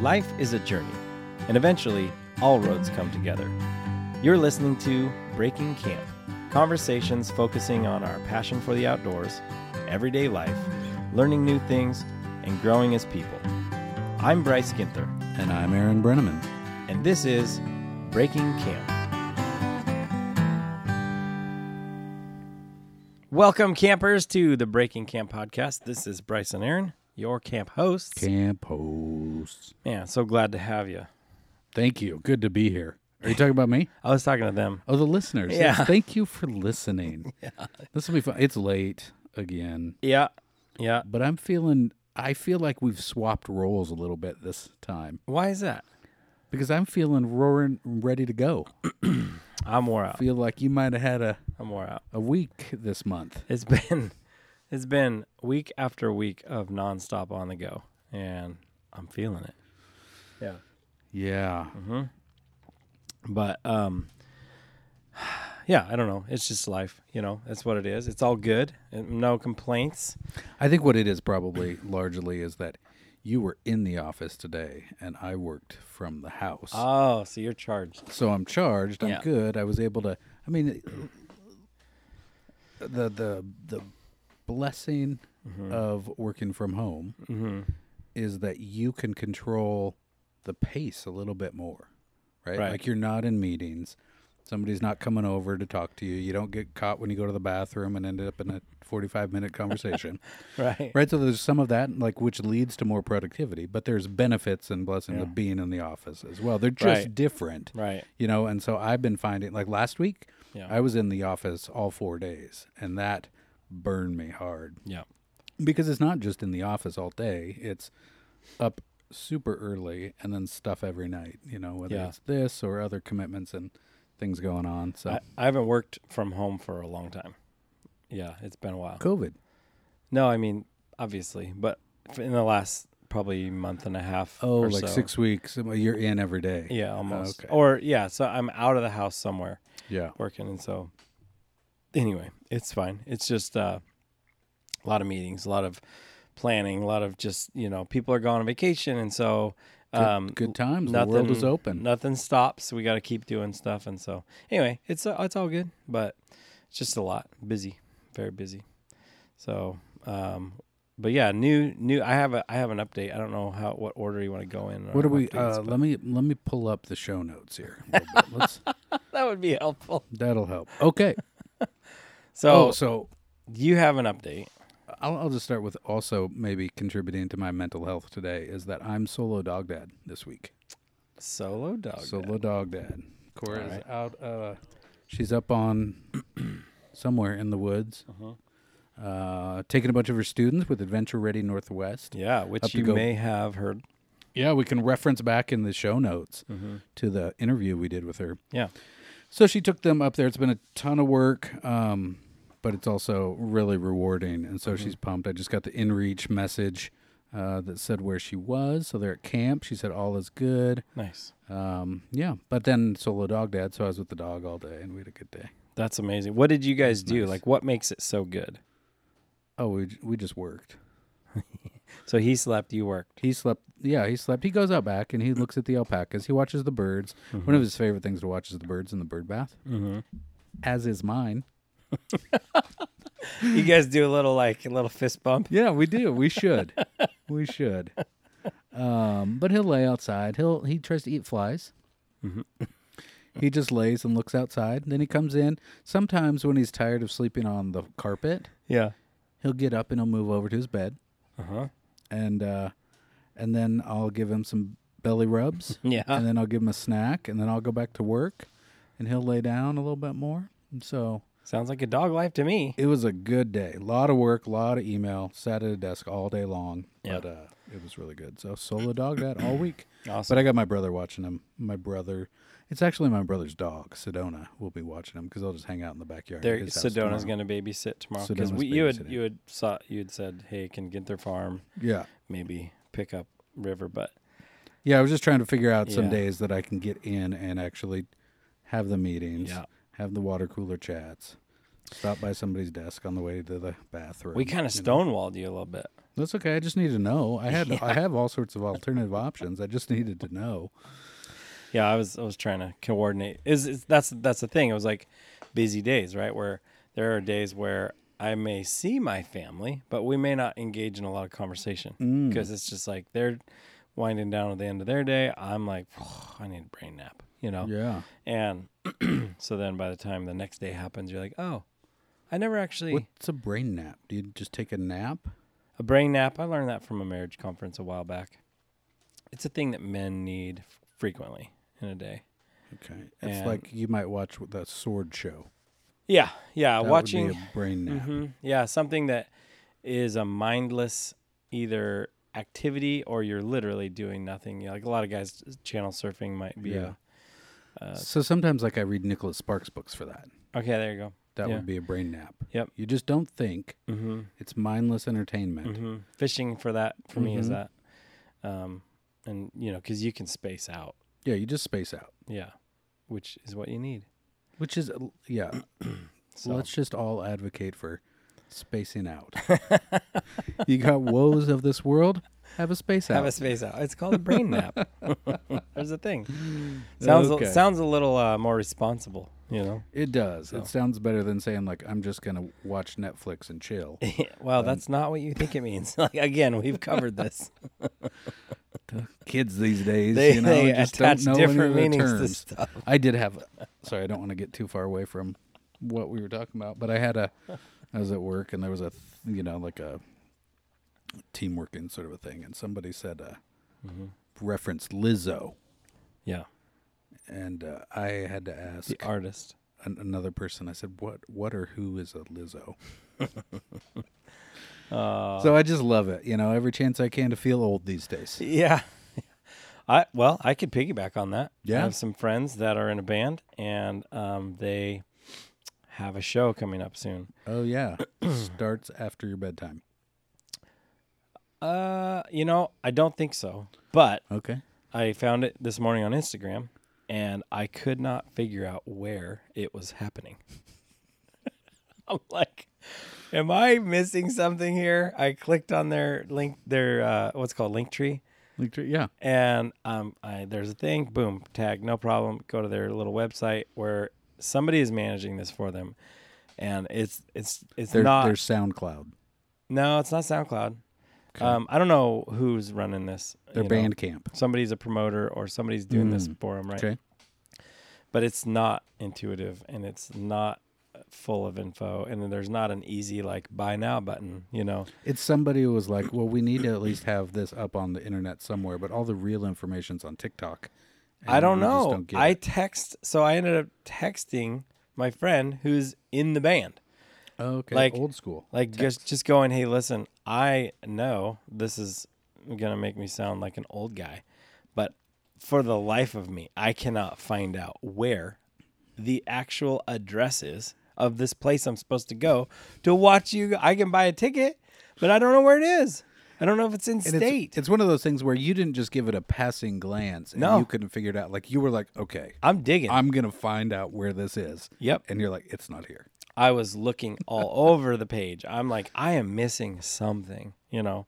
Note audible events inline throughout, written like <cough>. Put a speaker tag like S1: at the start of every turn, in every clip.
S1: Life is a journey, and eventually, all roads come together. You're listening to Breaking Camp conversations focusing on our passion for the outdoors, everyday life, learning new things, and growing as people. I'm Bryce Ginther,
S2: And I'm Aaron Brenneman.
S1: and this is Breaking Camp. Welcome, campers, to the Breaking Camp podcast. This is Bryce and Aaron, your camp hosts.
S2: Camp host.
S1: Man, so glad to have you.
S2: Thank you. Good to be here. Are you talking about me?
S1: I was talking to them.
S2: Oh, the listeners.
S1: Yeah.
S2: Yes, thank you for listening. This will be fun. It's late again,
S1: Yeah, yeah.
S2: but I'm feeling, I feel like we've swapped roles a little bit this time
S1: Why is that?
S2: because I'm feeling roaring, ready to go.
S1: I'm wore out.
S2: feel like you might have had a,
S1: I'm wore out.
S2: a week this month.
S1: It's been <laughs> it's been week after week of nonstop on the go, and I'm feeling it. Yeah.
S2: Yeah.
S1: But um <sighs> yeah, I don't know. It's just life, you know. That's what it is. It's all good. and No complaints.
S2: I think what it is probably largely is that you were in the office today and I worked from the house.
S1: Oh, so you're charged.
S2: so I'm charged. I'm
S1: Yeah.
S2: good. I was able to. I mean, the the the blessing
S1: Mm-hmm.
S2: of working from home is that you can control the pace a little bit more, right?
S1: Right.
S2: Like you're not in meetings. Somebody's not coming over to talk to you. You don't get caught when you go to the bathroom and end up in a 45
S1: <laughs>
S2: minute conversation.
S1: <laughs> Right.
S2: Right. So there's some of that, like which leads to more productivity, but there's benefits and blessings of being in the office as well. They're just
S1: Right.
S2: different,
S1: Right.
S2: you know. And so I've been finding, like last week,
S1: Yeah.
S2: I was in the office all four days, and that burned me hard
S1: Yeah.
S2: because it's not just in the office all day; it's up super early and then stuff every night, you know, whether
S1: Yeah.
S2: it's this or other commitments and things going on. So
S1: I, I haven't worked from home for a long time. Yeah, it's been a while.
S2: COVID,
S1: No, I mean, obviously, but f- in the last probably month and a half
S2: oh,
S1: or
S2: like
S1: so.
S2: six weeks, uh, you're in every day.
S1: Yeah, almost.
S2: Okay.
S1: Or yeah, so I'm out of the house somewhere
S2: yeah,
S1: working, and so anyway, it's fine. It's just uh, a lot of meetings, a lot of planning, a lot of just you know people are going on vacation, and so um,
S2: good times. The world is open.
S1: Nothing stops. We got to keep doing stuff, and so anyway, it's uh, it's all good, but it's just a lot. Busy, very busy. So, um, but yeah, new new. I have a I have an update. I don't know how what order you want to go in. or
S2: What are we?
S1: updates,
S2: Uh,
S1: but-
S2: let me let me pull up the show notes here. a little bit.
S1: <laughs>
S2: Let's,
S1: that would be helpful.
S2: that'll help. Okay.
S1: So,
S2: Oh, so
S1: you have an update.
S2: I'll, I'll just start with also maybe contributing to my mental health today is that I'm solo dog dad this week.
S1: Solo dog.
S2: solo dog dad. Cora
S1: All
S2: is out. Uh, she's up on <clears throat> somewhere in the woods, uh, taking a bunch of her students with Adventure Ready Northwest.
S1: yeah, which
S2: Up to
S1: you
S2: go.
S1: may have heard.
S2: Yeah, we can reference back in the show notes to the interview we did with her.
S1: Yeah.
S2: So she took them up there. It's been a ton of work, um, but it's also really rewarding. And so she's pumped. I just got the inReach message uh, that said where she was. So they're at camp. She said all is good.
S1: Nice.
S2: Um, yeah, but then solo dog dad. So I was with the dog all day, and we had a good day.
S1: That's amazing. What did you guys do?
S2: nice.
S1: Like, what makes it so good?
S2: Oh, we j- we just worked.
S1: So he slept, you worked.
S2: He slept. Yeah, he slept. He goes out back and he looks at the alpacas. He watches the birds. One of his favorite things to watch is the birds in the bird bath,
S1: Mm-hmm.
S2: as is mine.
S1: you guys do a little like a little fist bump.
S2: Yeah, we do. We should. we should. Um, but he'll lay outside. He'll he tries to eat flies. He just lays and looks outside. Then he comes in. Sometimes when he's tired of sleeping on the carpet,
S1: Yeah.
S2: he'll get up and he'll move over to his bed,
S1: Uh
S2: Uh-huh.
S1: huh.
S2: and uh, and then I'll give him some belly rubs,
S1: Yeah.
S2: and then I'll give him a snack, and then I'll go back to work, and he'll lay down a little bit more. And so
S1: Sounds like a dog life to me.
S2: it was a good day. A lot of work, a lot of email. Sat at a desk all day long,
S1: Yeah.
S2: but uh, it was really good. So solo dog that
S1: <clears throat>
S2: all week.
S1: Awesome.
S2: But I got my brother watching him. My brother, it's actually my brother's dog, Sedona. will be watching him because I'll just hang out in the backyard.
S1: there,
S2: at his house
S1: Sedona's
S2: tomorrow.
S1: going to babysit tomorrow because
S2: Sedona's
S1: you had
S2: babysitting.
S1: you had saw you had said, hey, can get their farm,
S2: Yeah,
S1: maybe pick up River, but
S2: yeah. I was just trying to figure out some
S1: Yeah.
S2: days that I can get in and actually have the meetings,
S1: Yeah.
S2: have the water cooler chats, stop by somebody's desk on the way to the bathroom.
S1: we kind of
S2: you know.
S1: stonewalled you a little bit.
S2: That's okay. I just need to know.
S1: <laughs>
S2: I had I have all sorts of alternative options. I just needed to know.
S1: Yeah, I was I was trying to coordinate. Is is- that's that's the thing. It was like busy days, right? Where there are days where I may see my family, but we may not engage in a lot of conversation
S2: Mm.
S1: because it's just like they're winding down at the end of their day. I'm like, I need a brain nap, you know.
S2: Yeah.
S1: And <clears throat> so then by the time the next day happens, you're like, oh, I never actually
S2: What's a brain nap? Do you just take a nap?
S1: a brain nap. I learned that from a marriage conference a while back. It's a thing that men need f- frequently in a day.
S2: Okay. It's
S1: And-
S2: like you might watch the sword show.
S1: Yeah, yeah.
S2: That
S1: Uh, watching
S2: would be a
S1: <laughs>
S2: brain nap.
S1: Mhm. Yeah, something that is a mindless either activity or you're literally doing nothing. You know, like a lot of guys, uh, channel surfing might be.
S2: Yeah.
S1: Yeah. Uh,
S2: so sometimes like I read Nicholas Sparks books for that.
S1: okay, there you go.
S2: That
S1: Yeah.
S2: would be a brain nap.
S1: Yep.
S2: You just don't think.
S1: Mm-hmm.
S2: It's mindless entertainment.
S1: hmm Fishing for that for me is
S2: Mhm.
S1: that, um, and you know, because you can space out.
S2: Yeah, you just space out.
S1: Yeah, which is what you need.
S2: Which is yeah,
S1: <clears throat> So
S2: let's just all advocate for
S1: <laughs>
S2: spacing out. you got woes of this world, have a space out.
S1: have a space out. It's called a brain
S2: <laughs>
S1: nap. There's a thing. Sounds
S2: Okay.
S1: a, sounds a little uh, more responsible. You
S2: <laughs>
S1: know.
S2: It does. It sounds better than saying like I'm just gonna watch Netflix and chill.
S1: well,
S2: um,
S1: that's not what you think it means. <laughs> like again, we've covered
S2: <laughs>
S1: this.
S2: Kids these days,
S1: They-
S2: you
S1: <laughs>
S2: know,
S1: they
S2: just
S1: attach
S2: don't know any
S1: different
S2: of the
S1: meanings to
S2: terms.
S1: stuff.
S2: I did have. Sorry, I don't want to get too far away from what we were talking about, but I had a. I was at work and there was a, th- you know, like a team working sort of a thing, and somebody said uh,
S1: Mm-hmm.
S2: referenced Lizzo,
S1: Yeah,
S2: and uh, I had to
S1: <laughs>
S2: ask
S1: the artist.
S2: an- another person. I said, "What, what, or who is a
S1: <laughs>
S2: Lizzo?"
S1: Uh,
S2: so I just love it, you know, every chance I can to feel old these days.
S1: yeah. <laughs> I well, I could piggyback on that. I
S2: Yeah.
S1: have some friends that are in a band, and um, they have a show coming up soon.
S2: Oh yeah, starts after your bedtime.
S1: Uh, you know, I don't think so, but
S2: Okay.
S1: I found it this morning on Instagram, and I could not figure out where it was happening. <laughs> I'm like, am I missing something here? I clicked on their link, their uh, what's it called link tree,
S2: Like, yeah.
S1: and um, I, there's a thing. Boom, tag, no problem. Go to their little website where somebody is managing this for them, and it's it's it's
S2: They're,
S1: not
S2: they're SoundCloud.
S1: no, it's not SoundCloud. Um, I don't know who's running this.
S2: They're
S1: you know
S2: Bandcamp.
S1: somebody's a promoter or somebody's doing this for them, right?
S2: Mm. Okay.
S1: But it's not intuitive and it's not full of info, and then there's not an easy like buy now button, you know?
S2: It's somebody who was like, "Well, we need to at least have this up on the internet somewhere, but all the real information's on TikTok."
S1: I
S2: and
S1: don't
S2: we just
S1: know.
S2: get
S1: I
S2: it."
S1: text, so I ended up texting my friend who's in the band,
S2: Oh, okay,
S1: like-
S2: old school.
S1: like just just going, hey, listen, I know this is gonna make me sound like an old guy, but for the life of me, I cannot find out where the actual address is of this place I'm supposed to go to watch you. I can buy a ticket, but I don't know where it is. I don't know if it's in
S2: And
S1: state.
S2: It's, it's one of those things where you didn't just give it a passing glance and
S1: No.
S2: you couldn't figure it out. Like you were like, "Okay,
S1: I'm digging.
S2: I'm gonna find out where this is,"
S1: yep.
S2: and you're like, "It's not here."
S1: I was looking
S2: <laughs>
S1: all over the page. I'm like, I am missing something, you know,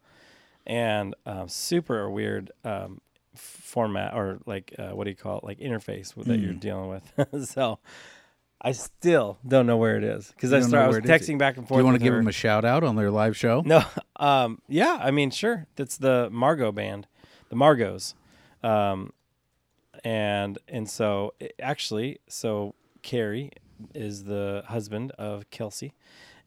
S1: and um, super weird um, f- format or like uh, what do you call it, like interface with, that you're
S2: Mm.
S1: dealing with. <laughs> so I still don't know where it is because I
S2: don't know
S1: start I was
S2: where it is?
S1: texting back and
S2: Do
S1: forth.
S2: you want
S1: with
S2: to give
S1: her.
S2: them a shout out on their live
S1: <laughs>
S2: show?
S1: No, um, yeah, I mean, sure. That's the Margot band, the Margos, um, and and so it, actually, so Carrie is the husband of Kelsey,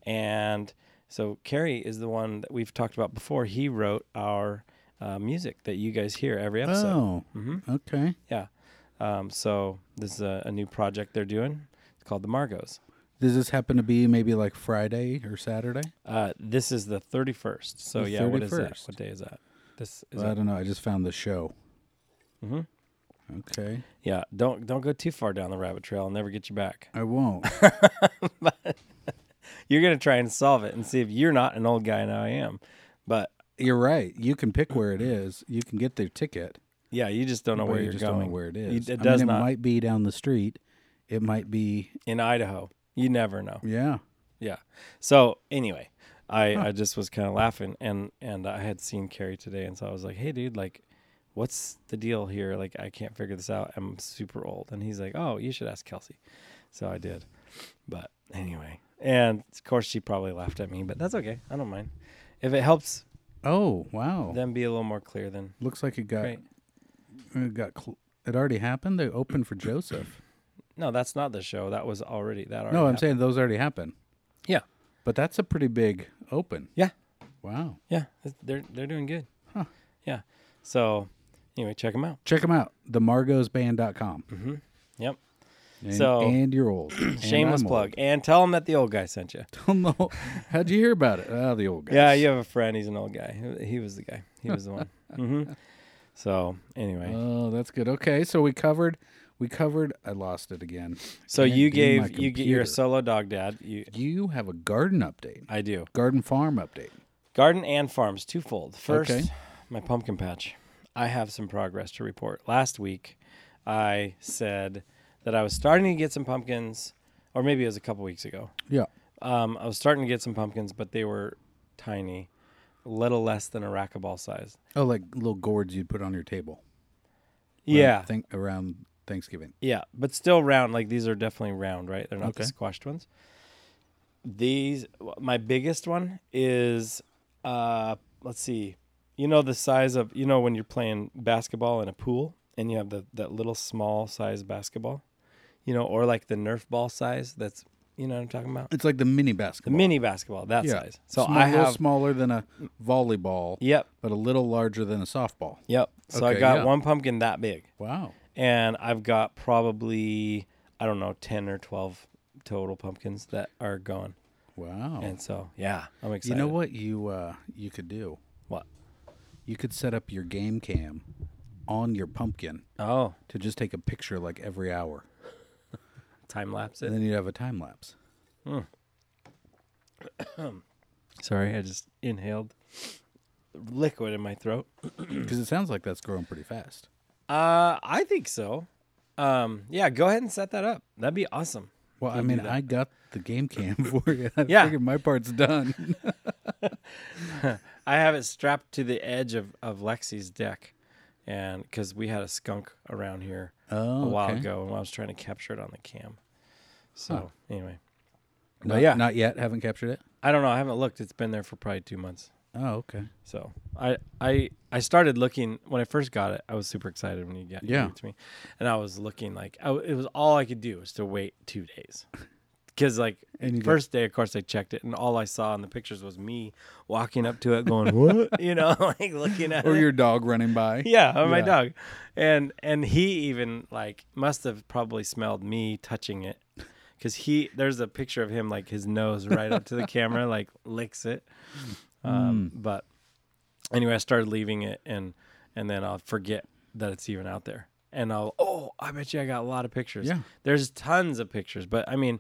S1: and so Carrie is the one that we've talked about before. He wrote our uh, music that you guys hear every episode.
S2: Oh,
S1: Mm-hmm.
S2: okay.
S1: Yeah. Um, so this is a, a new project they're doing. It's called the Margos.
S2: Does this happen to be maybe like Friday or Saturday?
S1: Uh, this is the thirty first. So
S2: The
S1: yeah, what is that?
S2: 31st.
S1: What day is that? This is
S2: Well, I don't know. I just found the show. Mm-hmm. Okay.
S1: Yeah, don't don't go too far down the rabbit trail. I'll never get you back.
S2: I won't. <laughs>
S1: You're gonna try and solve it and see if you're not an old guy and I am. But
S2: You're right. You can pick where it is. You can get their ticket.
S1: yeah, you just don't know
S2: but
S1: where
S2: you
S1: you're
S2: just
S1: going.
S2: don't know where it is.
S1: You-
S2: I
S1: it
S2: mean,
S1: does
S2: it
S1: not
S2: might be down the street. It might be
S1: in Idaho. You never know.
S2: yeah.
S1: Yeah. So anyway, I, I just was kind of laughing and and I had seen Carrie today and so I was like, "Hey dude, like what's the deal here? Like I can't figure this out. I'm super old." And he's like, "Oh, you should ask Kelsey." So I did. But anyway, and of course she probably laughed at me, but that's okay. I don't mind. If it helps
S2: Oh wow!
S1: them be a little more clear then.
S2: Looks like it got uh,
S1: Great.
S2: it got cl- it already happened. They opened
S1: <coughs>
S2: for Joseph.
S1: No, that's not the show. That was already that already
S2: no, I'm
S1: happened.
S2: saying those already happened.
S1: Yeah.
S2: But that's a pretty big open.
S1: Yeah.
S2: Wow.
S1: Yeah, th- they're they're doing good.
S2: Huh.
S1: Yeah. So anyway, check them out.
S2: Check them out. TheMargosBand.com.
S1: Yep.
S2: And,
S1: So-
S2: and
S1: <coughs>
S2: you're old. And
S1: Shameless
S2: I'm old.
S1: plug. And tell them that the old guy sent you.
S2: Don't know. How'd you hear about it? Ah, the old guy.
S1: Yeah, you have a friend. He's an old guy. He- He was the guy. He was the
S2: <laughs>
S1: one. hmm So anyway,
S2: Oh, that's good. Okay, so we covered. We covered. I lost it again.
S1: so
S2: Can't
S1: you
S2: do my
S1: gave you get your
S2: computer.
S1: solo dog dad. You,
S2: You have a garden update.
S1: I do.
S2: Garden farm update.
S1: Garden and farms, twofold. First,
S2: Okay.
S1: my pumpkin patch. I have some progress to report. Last week, I said that I was starting to get some pumpkins, or maybe it was a couple weeks ago.
S2: Yeah.
S1: Um, I was starting to get some pumpkins, but they were tiny, little less than a racquetball size.
S2: Oh, like little gourds you'd put on your table. around
S1: Yeah,
S2: Thank around Thanksgiving.
S1: yeah, but still round. Like these are definitely round, right? They're not
S2: Okay.
S1: the squashed ones. These, my biggest one is, uh, let's see, you know the size of you know when you're playing basketball in a pool and you have the that little small size basketball, you know, or like the Nerf ball size. That's you know what I'm talking about.
S2: It's like the mini
S1: The
S2: basketball.
S1: mini basketball that size. So
S2: Small-
S1: I
S2: a little
S1: have.
S2: smaller than a volleyball,
S1: Yep,
S2: but a little larger than a softball.
S1: Yep. So I
S2: Okay,
S1: got
S2: yeah.
S1: one pumpkin that big,
S2: Wow.
S1: and I've got probably I don't know ten or twelve total pumpkins that are gone.
S2: Wow.
S1: And so yeah, I'm
S2: you
S1: excited.
S2: know what you uh, you could do?
S1: What?
S2: You could set up your game cam on your pumpkin
S1: Oh,
S2: to just take a picture like every hour,
S1: time lapse
S2: and
S1: it.
S2: then you'd have a time lapse.
S1: Sorry, I just inhaled liquid in my throat.
S2: Because it sounds like that's growing pretty fast.
S1: Uh, I think so. Um, yeah, go ahead and set that up. That'd be awesome.
S2: Well, I mean, I got the game cam <laughs> for you. I
S1: Yeah.
S2: figured my part's <laughs> done.
S1: I have it strapped to the edge of of Lexi's deck, and because we had a skunk around here
S2: Oh,
S1: a while
S2: okay.
S1: ago, and I was trying to capture it on the cam. So anyway.
S2: Not,
S1: yeah.
S2: not yet. Haven't captured it.
S1: I don't know. I haven't looked. It's been there for probably two months.
S2: Oh, okay.
S1: So I I I started looking when I first got it. I was super excited when you got you
S2: Yeah.
S1: gave it to me, and I was looking like I, it was all I could do was to wait two days, <laughs> because like
S2: And you got-
S1: first day of course I checked it and all I saw in the pictures was me walking up to it going what <laughs> you know like looking at
S2: <laughs> Or
S1: it.
S2: your dog running by.
S1: <laughs> yeah or my
S2: <laughs> Yeah.
S1: dog, and and he even like must have probably smelled me touching it. Cause he, there's a picture of him like his nose right up to the
S2: <laughs>
S1: camera, like licks it.
S2: Hmm.
S1: Um, But anyway, I started leaving it, and and then I'll forget that it's even out there, and I'll oh, I bet you I got a lot of pictures.
S2: Yeah.
S1: there's tons of pictures, but I mean,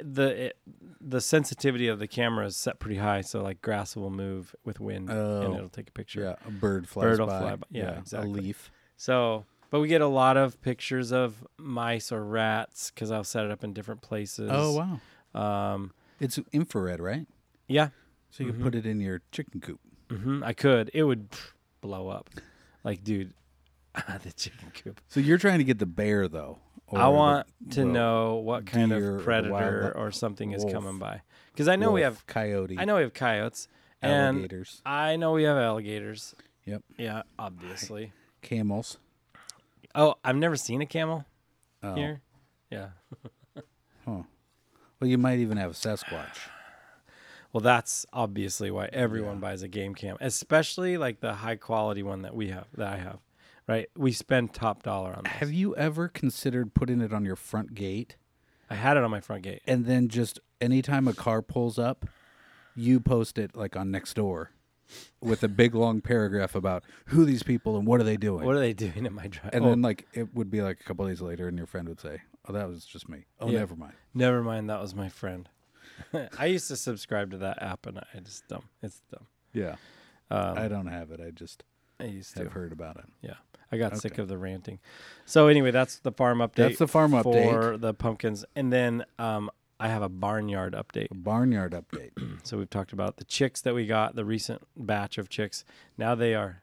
S1: the it, the sensitivity of the camera is set pretty high, so like grass will move with wind, and
S2: Oh.
S1: it'll take a picture.
S2: Yeah, a bird flies
S1: Bird'll
S2: by.
S1: fly by. Yeah, exactly.
S2: A leaf.
S1: So, but we get a lot of pictures of mice or rats because I'll set it up in different places.
S2: Oh wow,
S1: Um, Mm-hmm.
S2: it's infrared, right?
S1: yeah.
S2: So you can put it in your chicken coop.
S1: hmm I could. It would blow up. Like, dude, <laughs> the chicken coop.
S2: So you're trying to get the bear though. or
S1: I
S2: the-
S1: want to
S2: well,
S1: know what kind of
S2: deer or wild
S1: predator
S2: li-
S1: or something is
S2: wolf.
S1: coming by. Because I know we
S2: wolf,
S1: have,
S2: coyote.
S1: I know we have coyotes, and
S2: alligators.
S1: I know we have alligators.
S2: Yep,
S1: Yeah, obviously.
S2: camels.
S1: Oh, I've never seen a camel
S2: Oh.
S1: here. Yeah.
S2: Well, you might even have a Sasquatch.
S1: Well, that's obviously why everyone buys a game cam, especially like the high quality one that we have, that I have, right? We spend top dollar on this.
S2: <sighs> Have you ever considered putting it on your front gate
S1: I had it on my front gate.
S2: and then just anytime a car pulls up, you post it like on next door with a big long paragraph about who these people and what are they doing?
S1: What are they doing in my drive?
S2: and
S1: oh,
S2: then like it would be like a couple days later and your friend would say, "Oh, that was just me." Oh,
S1: Yeah.
S2: never mind.
S1: never mind. That was my friend. <laughs> I used to subscribe to that app, and I just dumb. It's dumb.
S2: Yeah. Um, I don't have it. I just
S1: I used to.
S2: have heard about it.
S1: Yeah, I got sick of the ranting. So anyway, that's the farm update.
S2: That's the farm update.
S1: for the pumpkins, and then um, I have a barnyard update.
S2: Barnyard update.
S1: So we've talked about the chicks that we got, the recent batch of chicks. Now they are,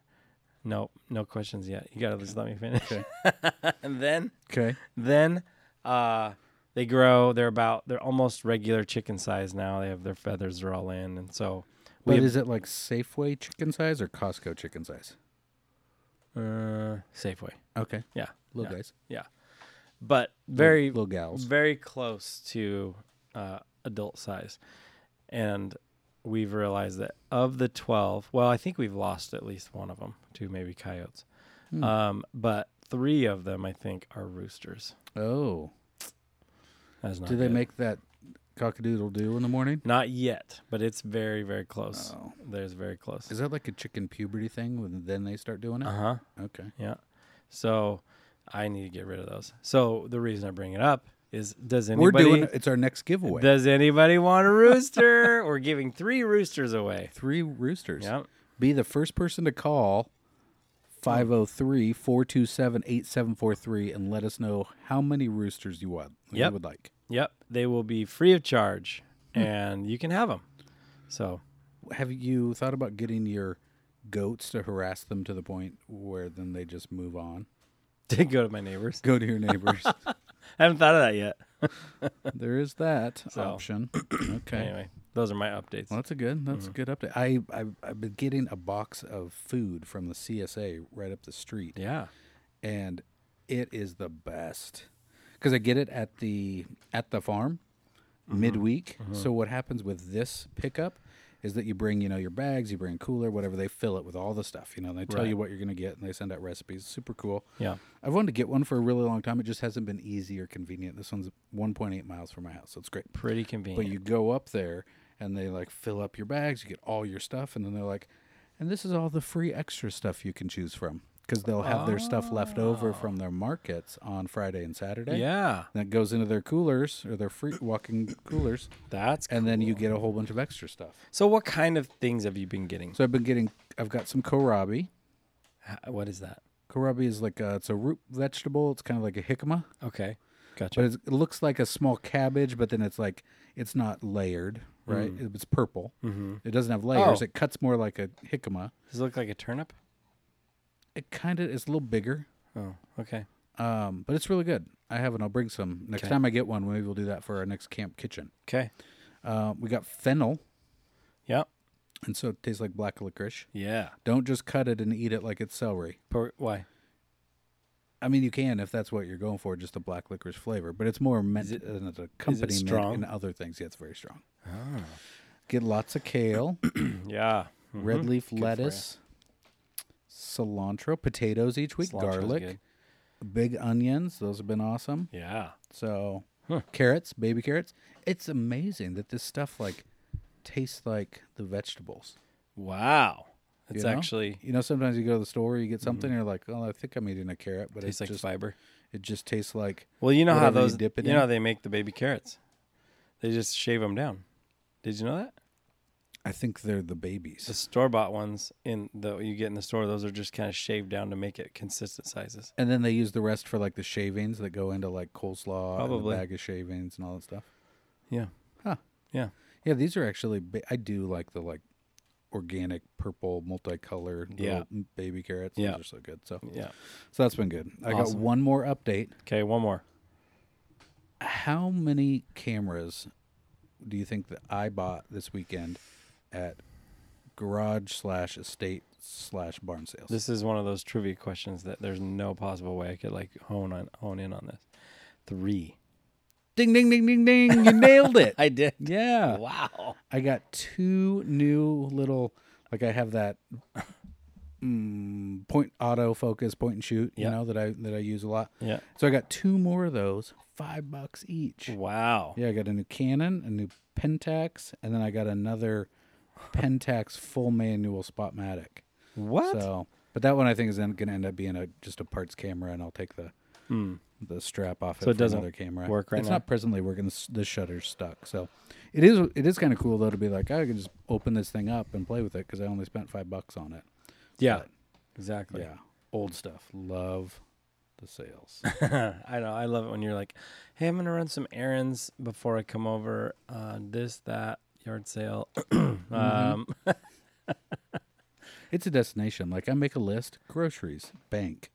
S1: no, no questions yet. You gotta just let me finish. <laughs> and then,
S2: <clears throat> Okay.
S1: then, uh, they grow. They're about, they're almost regular chicken size now. They have their feathers are all in, and so
S2: But
S1: we have,
S2: is it like Safeway chicken size or Costco chicken size?
S1: uh, Safeway.
S2: Okay.
S1: Yeah,
S2: Little
S1: yeah,
S2: guys.
S1: yeah. But very
S2: Little gals.
S1: very close to uh, adult size, and we've realized that of the twelve, well, I think we've lost at least one of them to maybe coyotes,
S2: Hmm.
S1: um, but three of them I think are roosters.
S2: Oh.
S1: That's not
S2: Do they
S1: good.
S2: make that cockadoodle doo in the morning?
S1: not yet, but it's very very close.
S2: Oh.
S1: There's very close.
S2: Is that like a chicken puberty thing when then they start doing it?
S1: Uh huh.
S2: Okay.
S1: Yeah. So I need to get rid of those. So the reason I bring it up is does
S2: We're
S1: anybody
S2: doing it's our next giveaway.
S1: does anybody want a rooster? <laughs> We're giving three roosters away.
S2: Three roosters.
S1: Yep.
S2: Be the first person to call 503-427-8743 and let us know how many roosters you want.
S1: Yep.
S2: You would like.
S1: Yep, they will be free of charge,
S2: Hmm.
S1: and you can have them. So <laughs>
S2: Have you thought about getting your goats to harass them to the point where then they just move on?
S1: did go to my neighbors.
S2: Go to your neighbors.
S1: I haven't thought of that yet.
S2: <laughs> there is that
S1: So.
S2: option. <clears throat> Okay.
S1: Anyway, those are my updates.
S2: Well, that's a good. That's
S1: Mm-hmm.
S2: a good update. I, I I've been getting a box of food from the CSA right up the street,
S1: Yeah,
S2: and it is the best because I get it at the at the farm
S1: Mm-hmm.
S2: midweek. So what happens with this pickup is that you bring you know your bags, you bring a cooler, whatever. They fill it with all the stuff. You know, and they tell
S1: Right.
S2: you what you're gonna get, and they send out recipes. Super cool.
S1: yeah.
S2: I've wanted to get one for a really long time. It just hasn't been easy or convenient. This one's 1.8 miles from my house, so it's great.
S1: Pretty
S2: But
S1: convenient.
S2: you go up there and they like fill up your bags, you get all your stuff, and then they're like, and this is all the free extra stuff you can choose from because they'll have their stuff left over from their markets on Friday and Saturday.
S1: yeah,
S2: And that goes into their coolers or their free walking coolers,
S1: that's.
S2: and then you get a whole bunch of extra stuff.
S1: so, what kind of things have you been getting?
S2: So I've been getting, I've got some kohlrabi.
S1: H- What is that?
S2: Kohlrabi is like a, it's a root vegetable. It's kind of like a jicama.
S1: Okay, gotcha.
S2: but it's, it looks like a small cabbage but then it's like it's not layered right it's purple it doesn't have layers
S1: Mm. Oh.
S2: it cuts more like a jicama
S1: Does it look like a turnip?
S2: it kind of is a little bigger
S1: Oh, okay.
S2: um, but it's really good i have it i'll bring some next
S1: Okay.
S2: time i get one maybe we'll do that for our next camp kitchen
S1: Okay.
S2: uh, we got fennel
S1: Yep.
S2: and so it tastes like black licorice
S1: Yeah.
S2: don't just cut it and eat it like it's celery
S1: Por- why?
S2: i mean you can if that's what you're going for just a black licorice flavor but it's more meant
S1: it-
S2: as an accompaniment
S1: strong? Ah.
S2: and other things yeah it's very strong get lots of kale
S1: Yeah. Mm.
S2: red leaf lettuce, cilantro, potatoes each week,
S1: Cilantro's
S2: garlic,
S1: good.
S2: big onions. Those have been awesome.
S1: Yeah.
S2: So carrots, baby carrots. It's amazing that this stuff like tastes like the vegetables.
S1: Wow.
S2: you
S1: It's
S2: know?
S1: actually
S2: you know sometimes you go to the store, you get something, and you're like, oh, I think I'm eating a carrot, but it
S1: Mm-hmm. tastes like
S2: just
S1: fiber.
S2: it just tastes like
S1: Well, you know how
S2: whatever you
S1: those
S2: dip it
S1: you
S2: in.
S1: know how they make the baby carrots. They just shave them down. Did you know that?
S2: I think they're the
S1: The
S2: babies.
S1: store bought ones in the you get in the store, those are just kind of shaved down to make it consistent sizes.
S2: And then they use the rest for like the shavings that go into like coleslaw
S1: Probably.
S2: and a bag of shavings and all that stuff.
S1: Yeah.
S2: Huh.
S1: Yeah.
S2: Yeah, these are actually. Ba- I do like the like organic purple multicolor
S1: Yeah.
S2: little m- baby carrots.
S1: Yeah.
S2: Those are so good. So
S1: Yeah.
S2: so that's been good. I got
S1: Awesome.
S2: one more update.
S1: Okay, one more.
S2: How many cameras do you think that I bought this weekend at garage slash estate slash barn sales?
S1: This is one of those trivia questions that there's no possible way I could like hone on hone in on this. Three.
S2: ding ding ding ding ding! You nailed it.
S1: <laughs> I did.
S2: yeah.
S1: Wow.
S2: I got two new little like I have that mm, point auto focus point and shoot
S1: Yeah.
S2: you know that I that I use a lot.
S1: Yeah.
S2: So I got two more of those, five bucks each.
S1: Wow.
S2: Yeah, I got a new Canon, a new Pentax, and then I got another Pentax full manual Spotmatic.
S1: What?
S2: So, but that one I think is going to end up being a just a parts camera, and I'll take the
S1: hmm.
S2: the strap off.
S1: So it
S2: for
S1: doesn't
S2: another camera.
S1: work right
S2: It's
S1: now?
S2: not presently working. The, s- the shutter's stuck. So, it is it is kind of cool though to be like I can just open this thing up and play with it because I only spent five bucks on it.
S1: yeah.
S2: but-
S1: Exactly.
S2: Yeah, old stuff. Love the sales. <laughs>
S1: <laughs> I know. I love it when you're like, "Hey, I'm gonna run some errands before I come over. Uh, this, that, yard sale." <clears throat>
S2: Mm-hmm.
S1: um,
S2: it's a destination. Like I make a list: groceries, bank,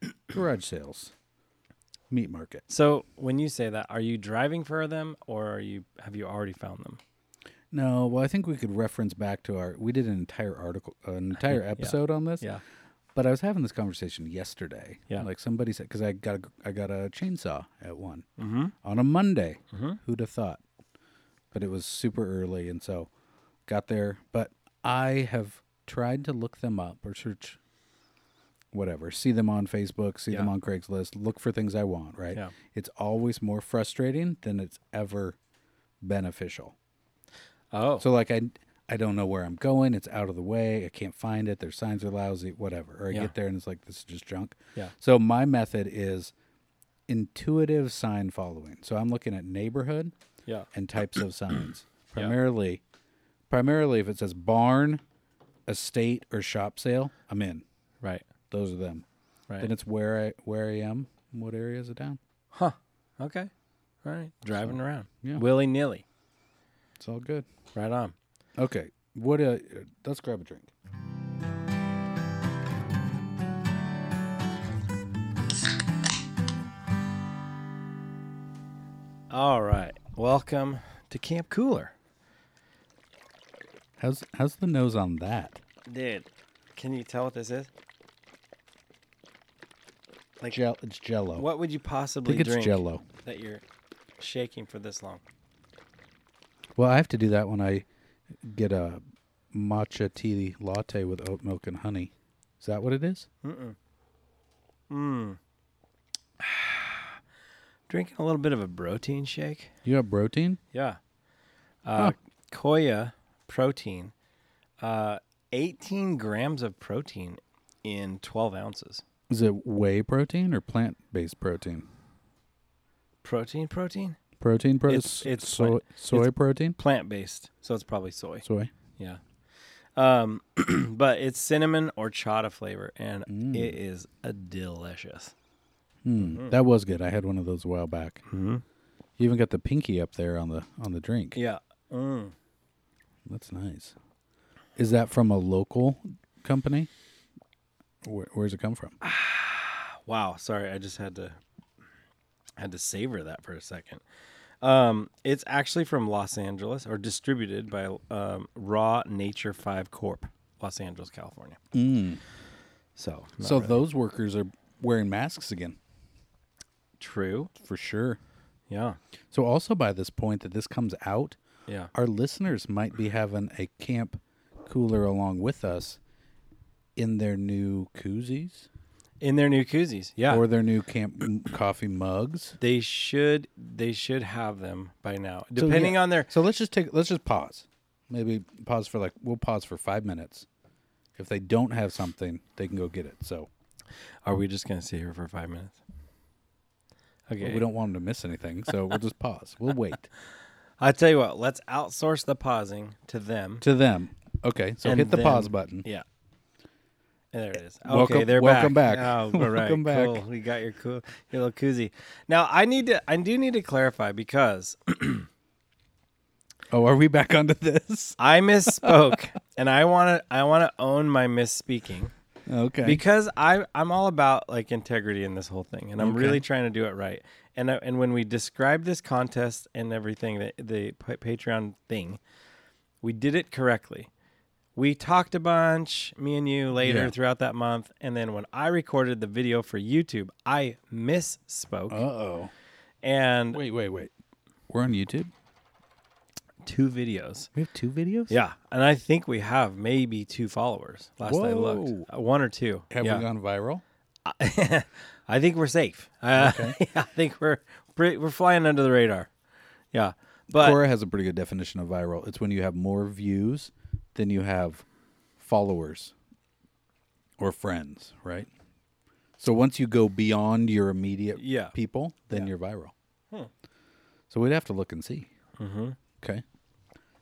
S2: <coughs> garage sales, meat market.
S1: so when you say that, are you driving for them, or are you have you already found them?
S2: No, well, I think we could reference back to our. We did an entire article, an entire episode on this.
S1: Yeah.
S2: But I was having this conversation yesterday.
S1: Yeah.
S2: Like somebody said, because I got a, I got a chainsaw at one
S1: Mm-hmm.
S2: on a Monday. Who'd have thought? But it was super early, and so got there. But I have tried to look them up or search, whatever. See them on Facebook. See them
S1: Yeah.
S2: on Craigslist. Look for things I want. Right.
S1: Yeah.
S2: It's always more frustrating than it's ever beneficial.
S1: Oh.
S2: So like I I don't know where I'm going. It's out of the way. I can't find it. Their signs are lousy. Whatever. Or I
S1: Yeah.
S2: get there and it's like this is just junk.
S1: Yeah.
S2: So my method is intuitive sign following. So I'm looking at neighborhood
S1: yeah.
S2: and types of signs.
S1: <clears throat> Yeah.
S2: Primarily primarily if it says barn, estate, or shop sale, I'm in.
S1: Right.
S2: Those are them.
S1: Right.
S2: Then it's where I where I am, and what areas of town.
S1: Huh. Okay. All right. Driving around.
S2: yeah.
S1: Willy nilly.
S2: It's all good.
S1: Right on.
S2: Okay. What uh let's grab a drink.
S1: All right. Welcome to Camp Cooler.
S2: How's how's the nose on that?
S1: Dude, can you tell what this is? Like-
S2: Jell it's jello.
S1: What would you
S2: I
S1: possibly
S2: think it's
S1: drink
S2: jello.
S1: that you're shaking for this long?
S2: Well, I have to do that when I get a matcha tea latte with oat milk and honey. Is that what it is?
S1: Drinking a little bit of a protein shake.
S2: You have protein?
S1: Yeah. Uh,
S2: Huh.
S1: Koya protein, uh, 18 grams of protein in 12 ounces.
S2: Is it whey protein or plant based protein?
S1: Protein, protein?
S2: Protein protein.
S1: It's- it's
S2: soy,
S1: plant-
S2: soy protein.
S1: Plant based. So it's probably soy.
S2: Soy.
S1: Yeah. Um, <clears throat> but it's cinnamon or chata flavor, and it is a delicious.
S2: Mm, That was good. I had one of those a while back.
S1: Mhm.
S2: You even got the pinky up there on the on the drink.
S1: Yeah. Mm.
S2: That's nice. Is that from a local company? Where, where's it come from?
S1: Wow. Sorry, I just had to had to savor that for a second. Um, it's actually from Los Angeles, or distributed by um, Raw Nature Five Corp, Los Angeles, California.
S2: Mm.
S1: So, not
S2: So
S1: really
S2: those workers are wearing masks again
S1: true.
S2: for sure.
S1: Yeah.
S2: So also by this point that this comes out,
S1: Yeah.
S2: our listeners might be having a camp cooler along with us in their new koozies
S1: In their new koozies. Yeah.
S2: or their new camp m- coffee mugs.
S1: they should they should have them by now, <clears throat>
S2: So,
S1: depending
S2: yeah.
S1: on their
S2: So let's just take let's just pause. Maybe pause for like we'll pause for 5 minutes. If they don't have something, they can go get it. So
S1: Are we just gonna sit here for five minutes? Okay.
S2: we don't want them to miss anything, so we'll just pause. We'll wait <laughs>
S1: I tell you what. Let's outsource the pausing to them.
S2: to them. Okay, so
S1: And
S2: hit the
S1: then-
S2: pause button.
S1: Yeah. There it is. Okay,
S2: Eh, Welcome-
S1: they're
S2: welcome
S1: back.
S2: back.
S1: Oh, all right,
S2: <laughs> Welcome back.
S1: Cool. We got your cool, your little koozie. Now I need to. I do need to clarify because
S2: Oh, are we back onto this? <laughs>
S1: I misspoke, and I want to. I want to own my misspeaking.
S2: Okay.
S1: because I I'm all about like integrity in this whole thing, and I'm
S2: Okay.
S1: really trying to do it right. And I, and when we described this contest and everything, the, the pa- Patreon thing, we did it correctly. We talked a bunch, me and you, later
S2: Yeah.
S1: throughout that month, and then when I recorded the video for YouTube, I misspoke,
S2: Oh. Uh-oh.
S1: and
S2: Wait, wait, wait. We're on YouTube?
S1: two videos.
S2: We have two videos?
S1: Yeah, and I think we have maybe two followers. Last I
S2: Whoa.
S1: looked, Uh, one or two.
S2: Have
S1: yeah.
S2: we gone viral?
S1: <laughs> I think we're safe. Uh, <laughs> I think we're pretty, we're flying under the radar. Yeah, but
S2: Cora has a pretty good definition of viral. It's when you have more views than you have followers or friends, right? So once you go beyond your immediate
S1: Yeah. Hmm.
S2: people, then you're viral. So we'd have to look and see. Mm-hmm. Okay.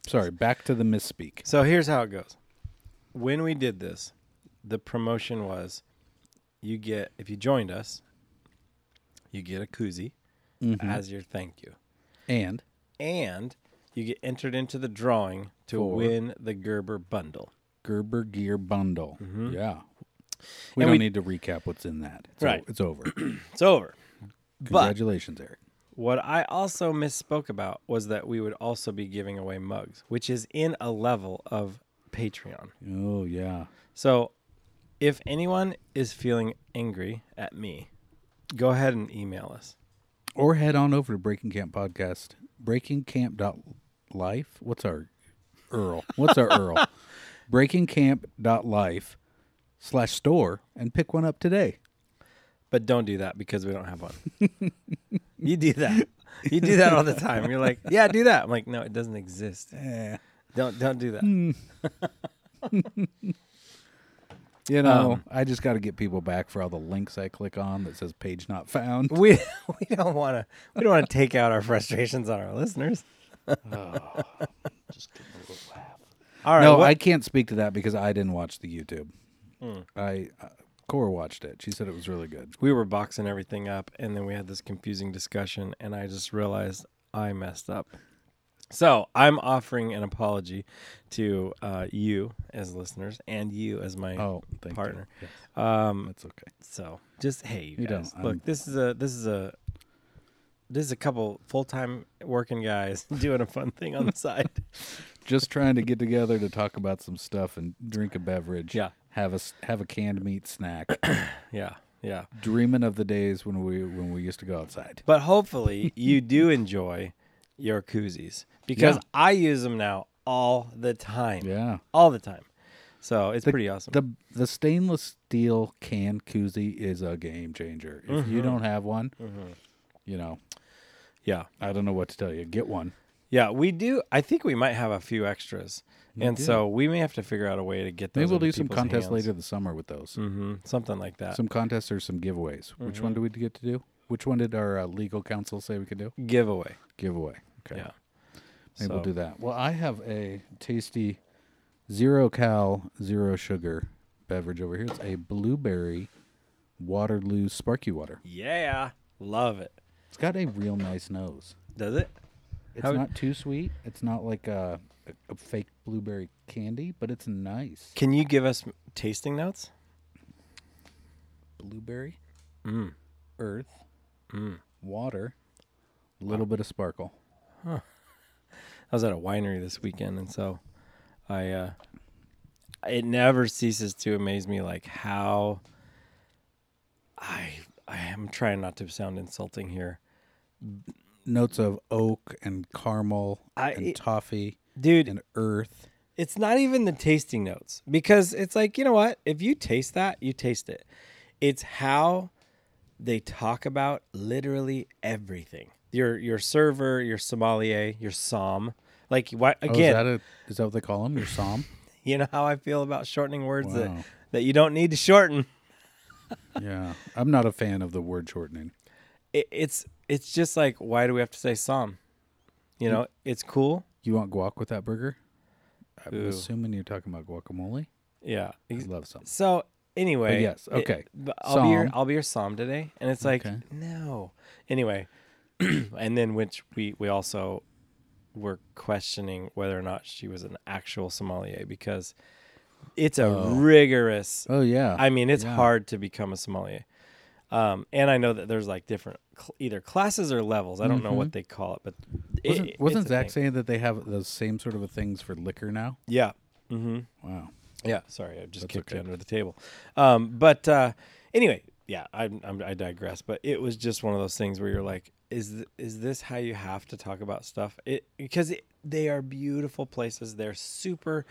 S2: Sorry, back to the misspeak.
S1: so here's how it goes. When we did this, the promotion was you get if you joined us, you get a koozie as your thank you.
S2: And
S1: And you get entered into the drawing to
S2: For-
S1: win the Gerber bundle.
S2: Gerber Gear Bundle. Yeah. We
S1: Mm-hmm. And
S2: don't
S1: we-
S2: need to recap what's in that. It's o-
S1: Right. <clears throat>
S2: it's over.
S1: It's over. But
S2: Congratulations, Eric.
S1: what I also misspoke about was that we would also be giving away mugs, which is in a level of Patreon.
S2: Oh, yeah.
S1: So if anyone is feeling angry at me, go ahead and email us.
S2: Or head on over to Breaking Camp Podcast, breakingcamp.life. What's our Earl? What's our <laughs> Earl? Breakingcamp.life slash store and pick one up today.
S1: But don't do that because we don't have one.
S2: <laughs>
S1: you do that. You do that all the time. You're like, yeah, do that. I'm like, no, it doesn't exist.
S2: Eh.
S1: Don't don't do
S2: Hmm.
S1: that.
S2: You know, Um, I just got to get people back for all the links I click on that says page not found.
S1: We <laughs> we don't want to we don't want to take out our frustrations on our listeners. All right.
S2: no,
S1: what-
S2: I can't speak to that because I didn't watch the YouTube. I uh, Cora watched it. She said it was really good.
S1: we were boxing everything up and then we had this confusing discussion and i just realized i messed up so i'm offering an apology to uh, you as listeners and you as my
S2: Oh, thank you.
S1: partner
S2: Um, That's okay.
S1: so just hey you,
S2: You
S1: guys
S2: don't-
S1: look
S2: I'm-
S1: this is a this is a this is a couple full-time working guys <laughs> doing a fun thing on the
S2: <laughs>
S1: side
S2: Just trying to get together to talk about some stuff and drink a beverage.
S1: Yeah.
S2: Have a s- have a canned meat snack. <coughs>
S1: yeah yeah
S2: dreaming of the days when we when we used to go outside.
S1: But hopefully you do enjoy your koozies because
S2: Yeah.
S1: I use them now all the time.
S2: Yeah.
S1: All the time. So it's pretty awesome.
S2: The the stainless steel can koozie is a game changer. If you
S1: Mm-hmm.
S2: don't have one, you know,
S1: yeah.
S2: I don't know what to tell you. Get one.
S1: Yeah. We do. I think we might have a few extras. and so we may have to figure out a way to get those.
S2: Maybe we'll
S1: into
S2: do some
S1: people's
S2: contests
S1: hands.
S2: later this summer with those.
S1: hmm Something like that.
S2: Some contests or some giveaways. Which
S1: Mm-hmm.
S2: one do we get to do? Which one did our uh, legal counsel say we could do?
S1: giveaway.
S2: Giveaway. Okay.
S1: Yeah.
S2: Maybe we'll
S1: So-
S2: do that. Well, I have a tasty zero cal, zero sugar beverage over here. It's a blueberry Waterloo Sparky Water.
S1: Yeah. Love it.
S2: It's got a real nice nose.
S1: Does it?
S2: It's
S1: How-
S2: not too sweet. It's not like a, a, a fake blueberry candy, but it's nice.
S1: Can you give us tasting notes?
S2: Blueberry, Mm. earth, water, a Mm. little bit of sparkle.
S1: I was at a winery this weekend, and so I uh, it never ceases to amaze me, like how I I am trying not to sound insulting here,
S2: Notes of oak and caramel
S1: I-
S2: and
S1: it-
S2: toffee
S1: dude.
S2: and earth.
S1: It's not even the tasting notes because it's like you know what? If you taste that, you taste it. It's how they talk about literally everything. Your your server, your sommelier, your som. Like why
S2: Oh,
S1: again?
S2: is that a, is that what they call them? Your psalm?
S1: you know how I feel about shortening words
S2: Wow.
S1: that that you don't need to shorten.
S2: yeah, I'm not a fan of the word shortening.
S1: it, it's it's just like why do we have to say Psalm? You know, it's cool.
S2: You want guac with that burger? I'm
S1: Ooh.
S2: assuming you're talking about guacamole.
S1: Yeah.
S2: I love some.
S1: So anyway,
S2: But yes,
S1: it-
S2: okay.
S1: but I'll be your
S2: Psalm.
S1: I'll be your Psalm today, and it's like
S2: Okay.
S1: no. Anyway, <clears throat> and then which we we also were questioning whether or not she was an actual sommelier because it's a rigorous.
S2: Oh yeah.
S1: I mean, it's
S2: yeah.
S1: hard to become a sommelier. Um, and I know that there's like different cl- either classes or levels. I don't know what they call it, but it-
S2: Mm-hmm. Wasn't,
S1: it's
S2: wasn't
S1: a
S2: Zach
S1: thing.
S2: saying that they have those same sort of a things for liquor now?
S1: Yeah. Mm-hmm.
S2: Wow.
S1: Yeah. Sorry, I just kicked you
S2: okay.
S1: under the table. Um, but uh, anyway, yeah, I, I'm, I digress. But it was just one of those things where you're like, is th- is this how you have to talk about stuff? It because it, they are beautiful places. They're super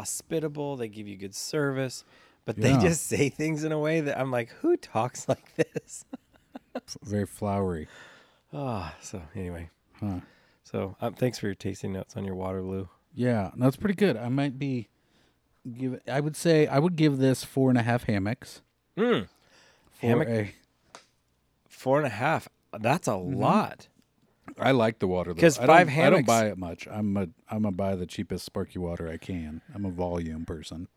S1: hospitable. They give you good service. But
S2: Yeah.
S1: they just say things in a way that I'm like, who talks <laughs> like this?
S2: F- Very flowery.
S1: Ah, so anyway,
S2: Huh.
S1: so um, thanks for your tasting notes on your Waterloo.
S2: Yeah, no, it's pretty good. I might be give. I would say I would give this four and a half hammocks. For
S1: Hmm. Hammock-
S2: a-
S1: Four and a half. That's a
S2: Mm-hmm.
S1: lot.
S2: I like the water
S1: 'Cause
S2: I don't-
S1: five
S2: I don't
S1: hammocks-
S2: buy it much. I'm a I'm a buy the cheapest sparky water I can. I'm a volume person.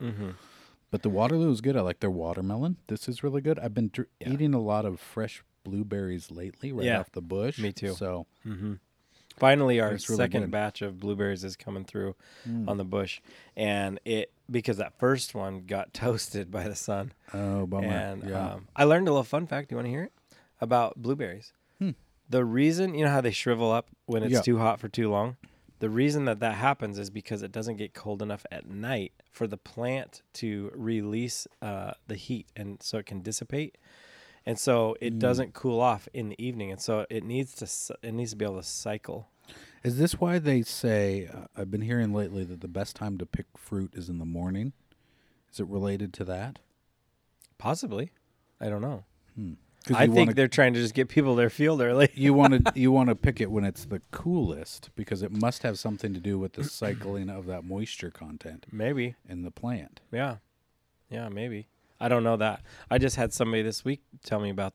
S2: But the Waterloo is good. I like their watermelon. This is really good. I've been dr- eating a lot of fresh blueberries lately, right
S1: Yeah,
S2: off the bush.
S1: me too.
S2: So
S1: Finally, our
S2: That's really
S1: second
S2: good. Mm.
S1: batch of blueberries is coming through on the bush, and it because that first one got <laughs> toasted by the sun.
S2: oh bummer.
S1: and
S2: yeah.
S1: um, I learned a little fun fact. Do you want to hear it about blueberries? The reason you know how they shrivel up when it's
S2: Hmm. Yeah.
S1: too hot for too long. The reason that that happens is because it doesn't get cold enough at night for the plant to release uh, the heat, and so it can dissipate, and so
S2: Mm.
S1: it doesn't cool off in the evening, and so it needs to s- it needs to be able to cycle.
S2: Is this why they say uh, I've been hearing lately that the best time to pick fruit is in the morning? Is it related to that?
S1: Possibly, I don't know.
S2: 'Cause
S1: I
S2: you
S1: think
S2: wanna-
S1: they're trying to just get people their field early.
S2: <laughs> you want to you want to pick it when it's the coolest because it must have something to do with the cycling of that moisture content
S1: Maybe
S2: in the plant.
S1: Yeah. Yeah, maybe. I don't know that. I just had somebody this week tell me about,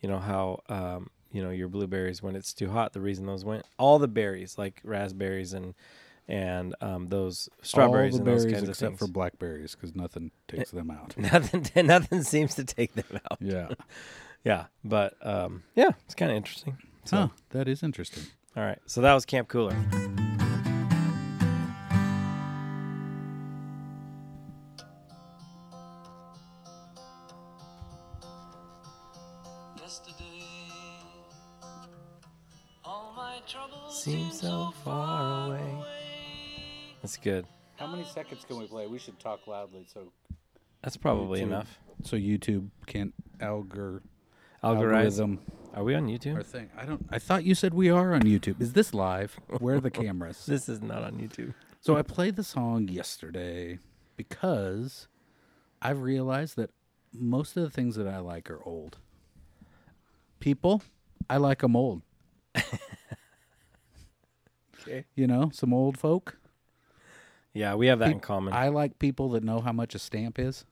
S1: you know, how, um, you know, your blueberries when it's too hot, the reason those went, all the berries, like raspberries and, and um, those strawberries
S2: All the
S1: and those
S2: berries
S1: kinds
S2: except
S1: of
S2: for
S1: things.
S2: blackberries because nothing takes them out.
S1: nothing, nothing seems to take them out.
S2: Yeah.
S1: <laughs> Yeah. But um, yeah, it's kind of interesting. So,
S2: Huh. That is interesting.
S1: all right. So that was Camp Cooler.
S3: Yesterday, all my troubles seem
S1: Seems so far away. That's good.
S2: How many seconds can we play? We should talk loudly so
S1: That's probably
S2: YouTube.
S1: enough.
S2: so YouTube can't algor
S1: Algorize.
S2: algorithm
S1: Are we on YouTube?
S2: our thing. I don't. I thought you said we are on YouTube. Is this live? Where are the cameras?
S1: This is not on YouTube.
S2: So I played the song yesterday because I've realized that most of the things that I like are old. People, I like them <laughs> old.
S1: Okay.
S2: You know, some old folk.
S1: Yeah, we have that in common.
S2: I like people that know how much a stamp is.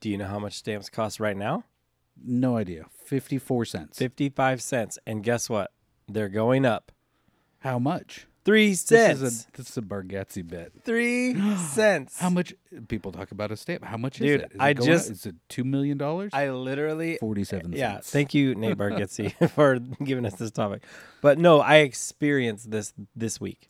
S1: Do you know how much stamps cost right now?
S2: No idea. 54 cents.
S1: 55 cents. And guess what? They're going up.
S2: How much?
S1: 3 cents.
S2: This is a this is a Bargatze bit.
S1: <gasps> 3 cents.
S2: How much people talk about a stamp? How much
S1: Dude,
S2: is it? Is
S1: I
S2: it going
S1: just-
S2: up? is it two million dollars?
S1: I literally
S2: Forty seven
S1: Yeah,
S2: cents.
S1: thank you Nate
S2: <laughs>
S1: Bargatze <laughs> for giving us this topic. But no, I experienced this this week.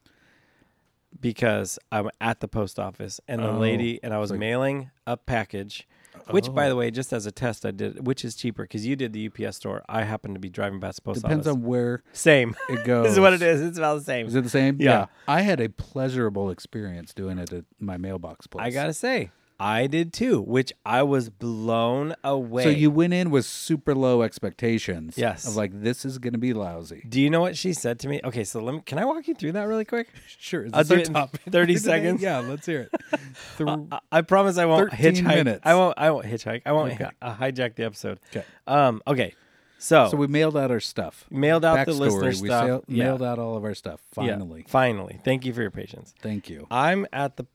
S1: Because I'm at the post office and the
S2: Oh, Oh.
S1: lady and I was mailing a package which, by the way, just as a test, I did. Which is cheaper? Because you did the UPS store. I happened to be driving past the post
S2: Depends
S1: office.
S2: on where
S1: same.
S2: <laughs> it
S1: <laughs>
S2: goes.
S1: this is what it is. It's about the same.
S2: Is it the same?
S1: Yeah.
S2: I had a pleasurable experience doing it at my mailbox place.
S1: I gotta say, I did too, which I was blown away.
S2: So you went in with super low expectations.
S1: Yes.
S2: Of like this is gonna be lousy.
S1: do you know what she said to me? Okay, so let me. Can I walk you through that really quick?
S2: Sure. Is
S1: I'll
S2: this
S1: do
S2: our
S1: it in
S2: <laughs> topic
S1: 30
S2: for today?
S1: seconds. Uh,
S2: Yeah, let's hear
S1: <laughs>
S2: it. Thro-
S1: I, I promise I won't
S2: 13
S1: hitchhike.
S2: minutes.
S1: I won't. I won't hitchhike. I won't hi- uh, hijack the episode.
S2: 'Kay.
S1: Um. Okay. So,
S2: so we mailed out our stuff.
S1: mailed out the
S2: Backstory,
S1: listener
S2: we
S1: stuff.
S2: sail-
S1: Yeah,
S2: mailed out all of our stuff.
S1: yeah, Uh,
S2: Finally.
S1: finally. Thank you for your patience.
S2: Thank you.
S1: I'm at the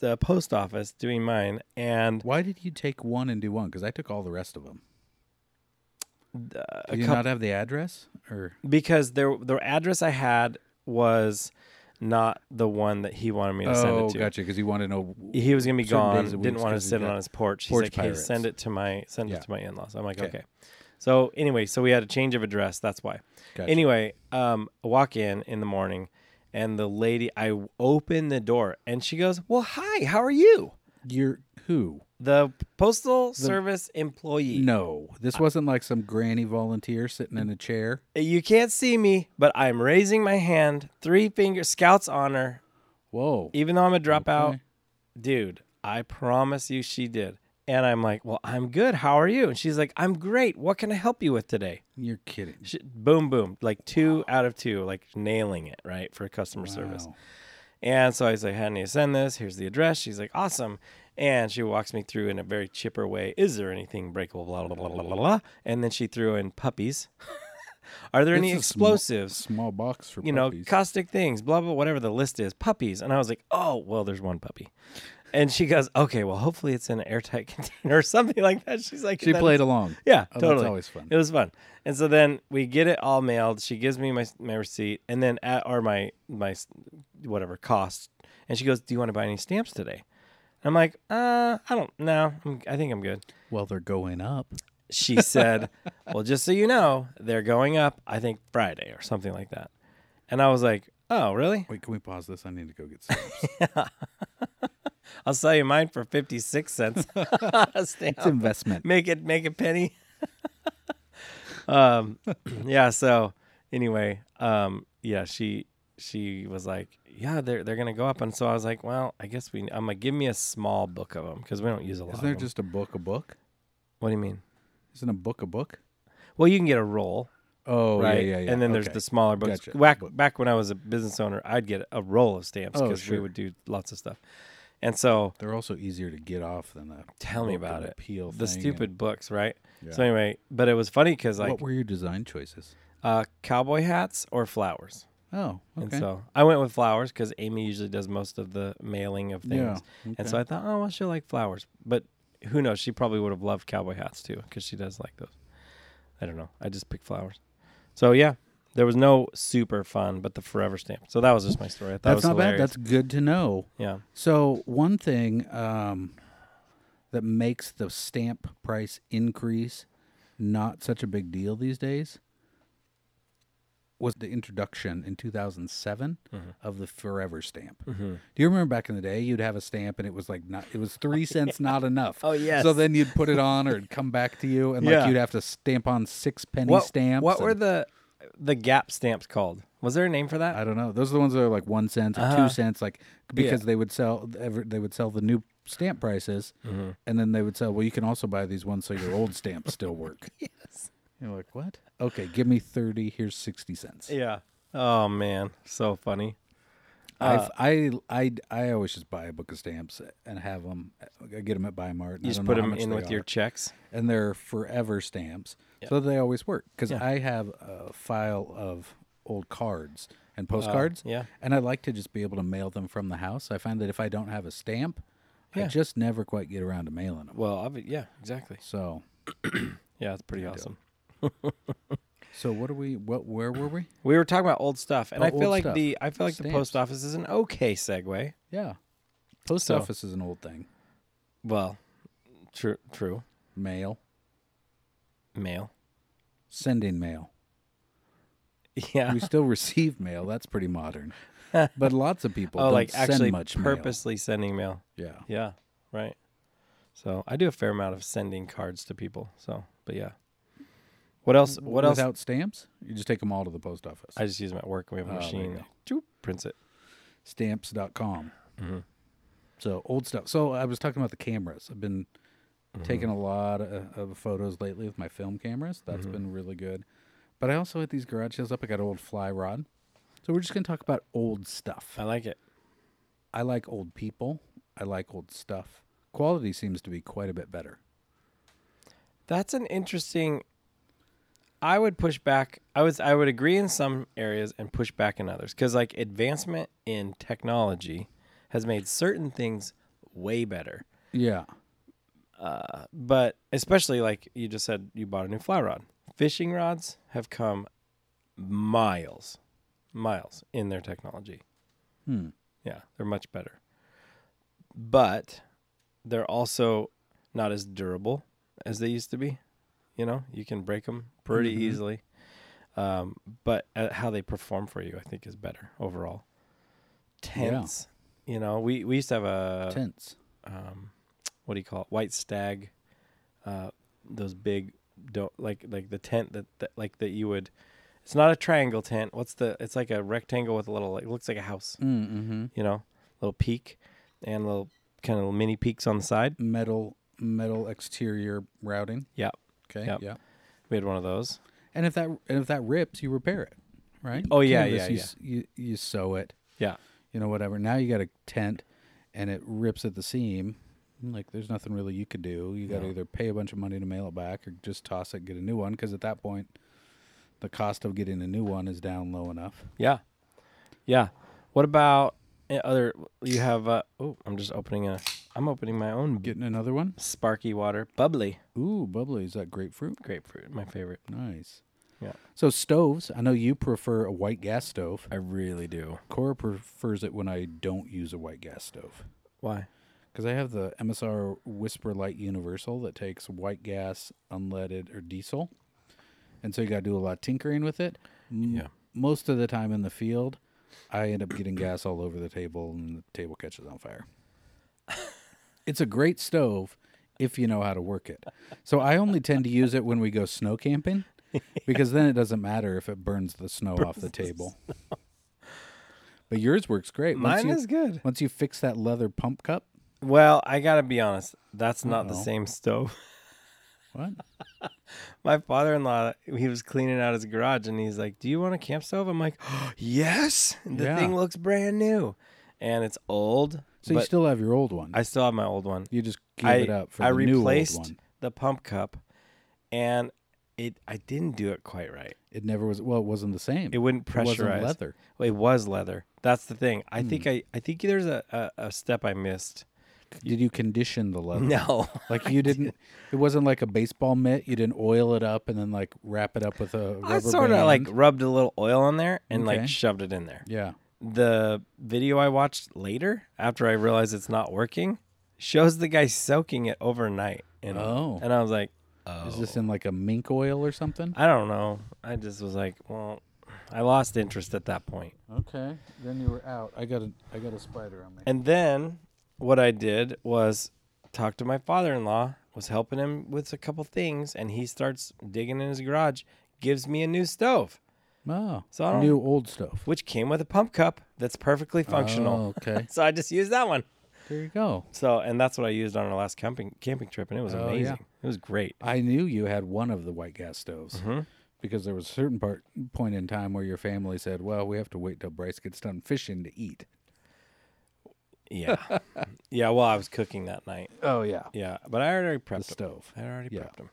S1: the post office doing mine, and
S2: Why did you take one and do one? Because I took all the rest of them.
S1: a
S2: Do you
S1: couple-
S2: not have the address? Or
S1: because there the address I had was not the one that he wanted me to send
S2: oh,
S1: it to.
S2: gotcha. Because you want to know
S1: He was gonna be
S2: Certain
S1: gone.
S2: days of
S1: Didn't
S2: weeks
S1: want to
S2: 'cause he
S1: sit it
S2: got
S1: on his porch. He's
S2: porch
S1: like, hey, send
S2: pirates."
S1: it to my send
S2: Yeah.
S1: it to my in laws. I'm like,
S2: 'Kay.
S1: okay. So anyway, so we had a change of address. That's why.
S2: Gotcha.
S1: Anyway, um, I walk in in the morning, and the lady I open the door, and she goes, "Well, hi, how are you?"
S2: you're who.
S1: The postal service employee.
S2: No, this wasn't like some granny volunteer sitting in a chair.
S1: You can't see me, but I'm raising my hand, three finger scouts honor,
S2: Whoa.
S1: even though I'm a dropout,
S2: Okay.
S1: dude, I promise you she did. And I'm like, well, I'm good. How are you? And she's like, I'm great. What can I help you with today?
S2: You're kidding.
S1: She, boom, boom. Like two out of two, like nailing it, right? For customer service.
S2: Wow.
S1: And so I was like, how do you send this? Here's the address. She's like, awesome. And she walks me through in a very chipper way. Is there anything breakable? Blah, blah, blah, blah, blah, blah. And then she threw in puppies. <laughs> Are there any
S2: It's a small-
S1: explosives?
S2: Small, box for
S1: you know,
S2: puppies.
S1: caustic things, blah, blah, whatever the list is, puppies. And I was like, oh, well, there's one puppy. And she goes, okay, well, hopefully it's in an airtight <laughs> container or something like that. She's like,
S2: She
S1: "That
S2: played
S1: is-
S2: along.
S1: Yeah,
S2: Oh, that's
S1: totally.
S2: always fun.
S1: It was fun. And so then we get it all mailed. She gives me my, my receipt and then at, or my, my s- whatever cost. And she goes, do you want to buy any stamps today? And I'm like, uh, I don't know. I'm- I think I'm good.
S2: Well, they're going up.
S1: she
S2: <laughs>
S1: said, "Well, just so you know, they're going up. I think Friday or something like that." And I was like, "Oh, really?
S2: Wait, can we pause this? I need to go get
S1: <laughs>
S2: some.
S1: I'll sell you mine for fifty six cents. <laughs> Stay
S2: it's
S1: out. <laughs>
S2: investment.
S1: Make it make a penny." <laughs> um, <clears throat> yeah. So anyway, um, yeah, she she was like, "Yeah, they're they're gonna go up," and so I was like, "Well, I guess we. I'm gonna give me a small book of them because we don't use a lot."
S2: Isn't
S1: of
S2: there
S1: them.
S2: just a book a book?
S1: what do you mean?
S2: Isn't a book a book?
S1: Well, you can get a roll.
S2: Oh
S1: right?
S2: yeah, yeah, yeah.
S1: And then there's
S2: Okay.
S1: the smaller books.
S2: Gotcha.
S1: Back
S2: Book.
S1: back when I was a business owner, I'd get a roll of stamps
S2: Oh,
S1: because we
S2: sure.
S1: would do lots of stuff. And so
S2: They're also easier to get off than the
S1: Tell me
S2: book and
S1: about
S2: the
S1: it.
S2: Peel
S1: the
S2: thing and-
S1: stupid books, right? So
S2: Yeah.
S1: anyway, but it was funny because like
S2: what were your design choices?
S1: uh, cowboy hats or flowers.
S2: Oh,
S1: And
S2: okay.
S1: so I went with flowers because Amy usually does most of the mailing of things.
S2: Yeah,
S1: And so
S2: okay.
S1: I thought, oh, well, she'll like flowers. But who knows? She probably would have loved cowboy hats too because she does like those. I don't know. I just picked flowers. So yeah, there was no super fun, but the forever stamp. So that was just my story. I thought it
S2: That's
S1: was
S2: not bad.
S1: hilarious.
S2: That's good to know.
S1: Yeah.
S2: So one thing um, that makes the stamp price increase not such a big deal these days was the introduction in 2007
S1: Mm-hmm.
S2: of the forever stamp. Do you remember back in the day you'd have a stamp and it was like not it
S1: <laughs>
S2: was 3 cents not enough.
S1: Oh, yes.
S2: So then you'd put it on or it'd come back to you and like
S1: Yeah.
S2: you'd have to stamp on 6 penny
S1: What,
S2: stamps.
S1: what were
S2: and-
S1: the the gap stamps called? Was there a name for that?
S2: I don't know. Those are the ones that are like one cent or
S1: Uh-huh.
S2: two cents, like because they would sell every, they would sell the new stamp prices,
S1: Mm-hmm.
S2: and then they would sell. Well, you can also buy these ones so your old stamps
S1: <laughs>
S2: still work. yes. You're like what? Okay, give me thirty. Here's sixty cents.
S1: yeah. Oh man, so funny. uh,
S2: I've, I I I always just buy a book of stamps and have them. I get them at Bymart.
S1: You just put them in with your checks.
S2: and they're forever stamps, so they always work. Because I have a file of old cards and postcards,
S1: Uh, yeah.
S2: and I like to just be able to mail them from the house. I find that if I don't have a stamp, I just never quite get around to mailing them.
S1: Well, obvi- yeah, exactly.
S2: So,
S1: Yeah, it's pretty awesome.
S2: so what are we? What? Where were we?
S1: We were talking about old stuff, and
S2: Oh,
S1: I feel
S2: old
S1: like
S2: stuff.
S1: the I feel like the post
S2: Stamps.
S1: office is an okay segue.
S2: Yeah, post
S1: So-
S2: office is an old thing.
S1: Well, true, true.
S2: Mail,
S1: Mail. <laughs>
S2: sending mail.
S1: Yeah.
S2: We still receive mail. That's pretty modern. But lots of
S1: <laughs>
S2: people
S1: Oh,
S2: don't
S1: like
S2: send
S1: actually
S2: much mail.
S1: purposely sending mail.
S2: Yeah.
S1: Yeah, right. So I do a fair amount of sending cards to people. So, but yeah. What else? What else?
S2: Without stamps, you just take them all to the post office.
S1: I just use them at work. We have a
S2: Oh, there you
S1: machine.
S2: go.
S1: Choop, prints it.
S2: stamps.com.
S1: Mm-hmm.
S2: So old stuff. So I was talking about the cameras. I've been
S1: Mm-hmm.
S2: taking a lot of, of photos lately with my film cameras. That's
S1: Mm-hmm.
S2: been really good. But I also at these garage sales up, I got an old fly rod. So we're just going to talk about old stuff.
S1: I like it.
S2: I like old people. I like old stuff. Quality seems to be quite a bit better.
S1: That's an interesting. I would push back. I was. I would agree in some areas and push back in others because like advancement in technology has made certain things way better.
S2: Yeah.
S1: but especially like you just said you bought a new fly rod fishing rods have come miles miles in their technology yeah they're much better but they're also not as durable as they used to be you know you can break them pretty easily um, but uh, how they perform for you i think is better overall tents you know we, we used to have a
S2: Tents.
S1: um, what do you call it? White stag, uh, those big, do like like the tent that, that like that you would. It's not a triangle tent. What's the? It's like a rectangle with a little. Like, it looks like a house.
S2: Mm-hmm.
S1: You know, little peak, and little kind of mini peaks on the side.
S2: Metal metal exterior routing.
S1: Yeah,
S2: Okay.
S1: Yep.
S2: Yeah.
S1: we had one of those.
S2: And if that and if that rips, you repair it, right?
S1: Oh,
S2: You
S1: yeah,
S2: can't
S1: yeah,
S2: just- you, s- You you sew it,
S1: Yeah,
S2: you know, whatever. Now you got a tent, and it rips at the seam. Like there's nothing really you could do. You got to either pay a bunch of money to mail it back, or just toss it, get a new one. Because at that point, the cost of getting a new one is down low enough.
S1: yeah, yeah. What about uh, other? You have. Uh, oh, I'm just opening a. I'm opening my own
S2: Getting another one.
S1: Sparky water bubbly
S2: Ooh, bubbly. Is that grapefruit?
S1: grapefruit. My favorite.
S2: Nice.
S1: Yeah,
S2: So stoves. I know you prefer a white gas stove.
S1: I really do.
S2: Cora prefers it when I don't use a white gas stove.
S1: Why?
S2: Because I have the MSR Whisper Light Universal that takes white gas, unleaded, or diesel. And so you got to do a lot of tinkering with it. M-
S1: Yeah.
S2: Most of the time in the field, I end up getting gas all over the table and the table catches on fire. <laughs> it's a great stove if you know how to work it. So I only tend to use it when we go snow camping because then it doesn't matter if it burns the snow off the table. But yours works great. Once
S1: Mine
S2: you-
S1: is good.
S2: once you fix that leather pump cup,
S1: Well, I gotta be honest. That's not the
S2: Uh-oh.
S1: same stove. <laughs>
S2: what?
S1: My father-in-law, he was cleaning out his garage, and he's like, "Do you want a camp stove?" I'm like, <gasps> "Yes." The
S2: Yeah.
S1: thing looks brand new, and it's old.
S2: So
S1: but
S2: you still have your old one.
S1: I still have my old one.
S2: you just gave
S1: I,
S2: it up for
S1: I
S2: the
S1: replaced
S2: new old one.
S1: the pump cup, and it I didn't do it quite right.
S2: It never was. Well, it wasn't the same.
S1: It wouldn't
S2: It wasn't
S1: pressurize.
S2: leather. Hmm.
S1: Well, It was leather. That's the thing. I think I I think there's a, a, a step I missed. <laughs>
S2: Did you condition the leather?
S1: No,
S2: <laughs> Like you didn't. It wasn't like a baseball mitt. You didn't oil it up and then like wrap it up with a rubber
S1: I sort of
S2: band.
S1: like rubbed a little oil on there and
S2: Okay.
S1: like shoved it in there.
S2: Yeah.
S1: The video I watched later, after I realized it's not working, shows the guy soaking it overnight. In
S2: Oh.
S1: and I was like,
S2: Is
S1: Oh.
S2: this in like a mink oil or something?
S1: I don't know. I just was like, well, I lost interest at that point.
S2: Okay. Then you were out. I got a I got a spider on me.
S1: And then what I did was talk to my father-in-law, was helping him with a couple things, and he starts digging in his garage, gives me a new stove,
S2: Oh,
S1: So I don't-
S2: new old stuff.
S1: which came with a pump cup that's perfectly functional.
S2: Oh,
S1: <laughs>
S2: okay.
S1: So I just used that one.
S2: There you go.
S1: So and that's what I used on our last camping camping trip, and it was
S2: Oh, yeah.
S1: amazing. It was great.
S2: I knew you had one of the white gas stoves
S1: Mm-hmm.
S2: because there was a certain part point in time where your family said, "Well, we have to wait till Bryce gets done fishing to eat."
S1: Yeah, yeah. Well, I was cooking that night.
S2: Oh yeah,
S1: Yeah, but I already
S2: the
S1: prepped them.
S2: stove.
S1: I already
S2: Yeah.
S1: prepped them.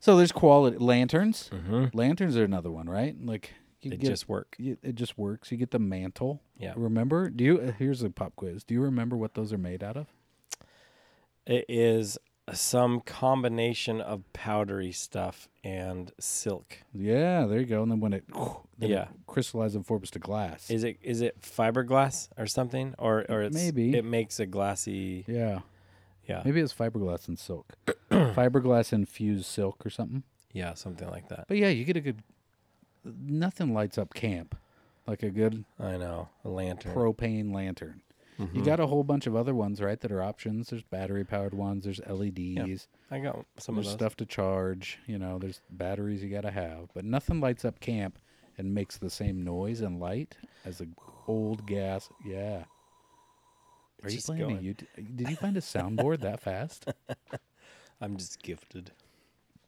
S2: So there's quality lanterns. Lanterns are another one, right? Like you
S1: They
S2: get,
S1: Mm-hmm. just work.
S2: you- it just works. You get the mantle.
S1: Yeah.
S2: Remember? Do you? uh, Here's a pop quiz. Do you remember what those are made out of?
S1: It is some combination of powdery stuff and silk.
S2: Yeah, there you go. And then when it, then
S1: Yeah.
S2: it crystallizes and forms to glass.
S1: Is it is it fiberglass or something? Or or it's
S2: Maybe.
S1: it makes a glassy
S2: yeah.
S1: yeah.
S2: Maybe it's fiberglass
S1: <clears throat>
S2: and silk. fiberglass infused silk or something.
S1: Yeah, something like that.
S2: But yeah, you get a good. Nothing lights up camp like a good
S1: I know. A lantern.
S2: propane lantern. You got a whole bunch of other ones, right? That are options. There's battery powered ones. There's LEDs.
S1: I got some
S2: There's
S1: of those.
S2: stuff to charge. You know, there's batteries you got to have. But nothing lights up camp and makes the same noise and light as a old gas. Yeah. Are you
S1: just
S2: playing a
S1: going.
S2: YouTube? Did you find a soundboard that <laughs> fast?
S1: I'm just gifted.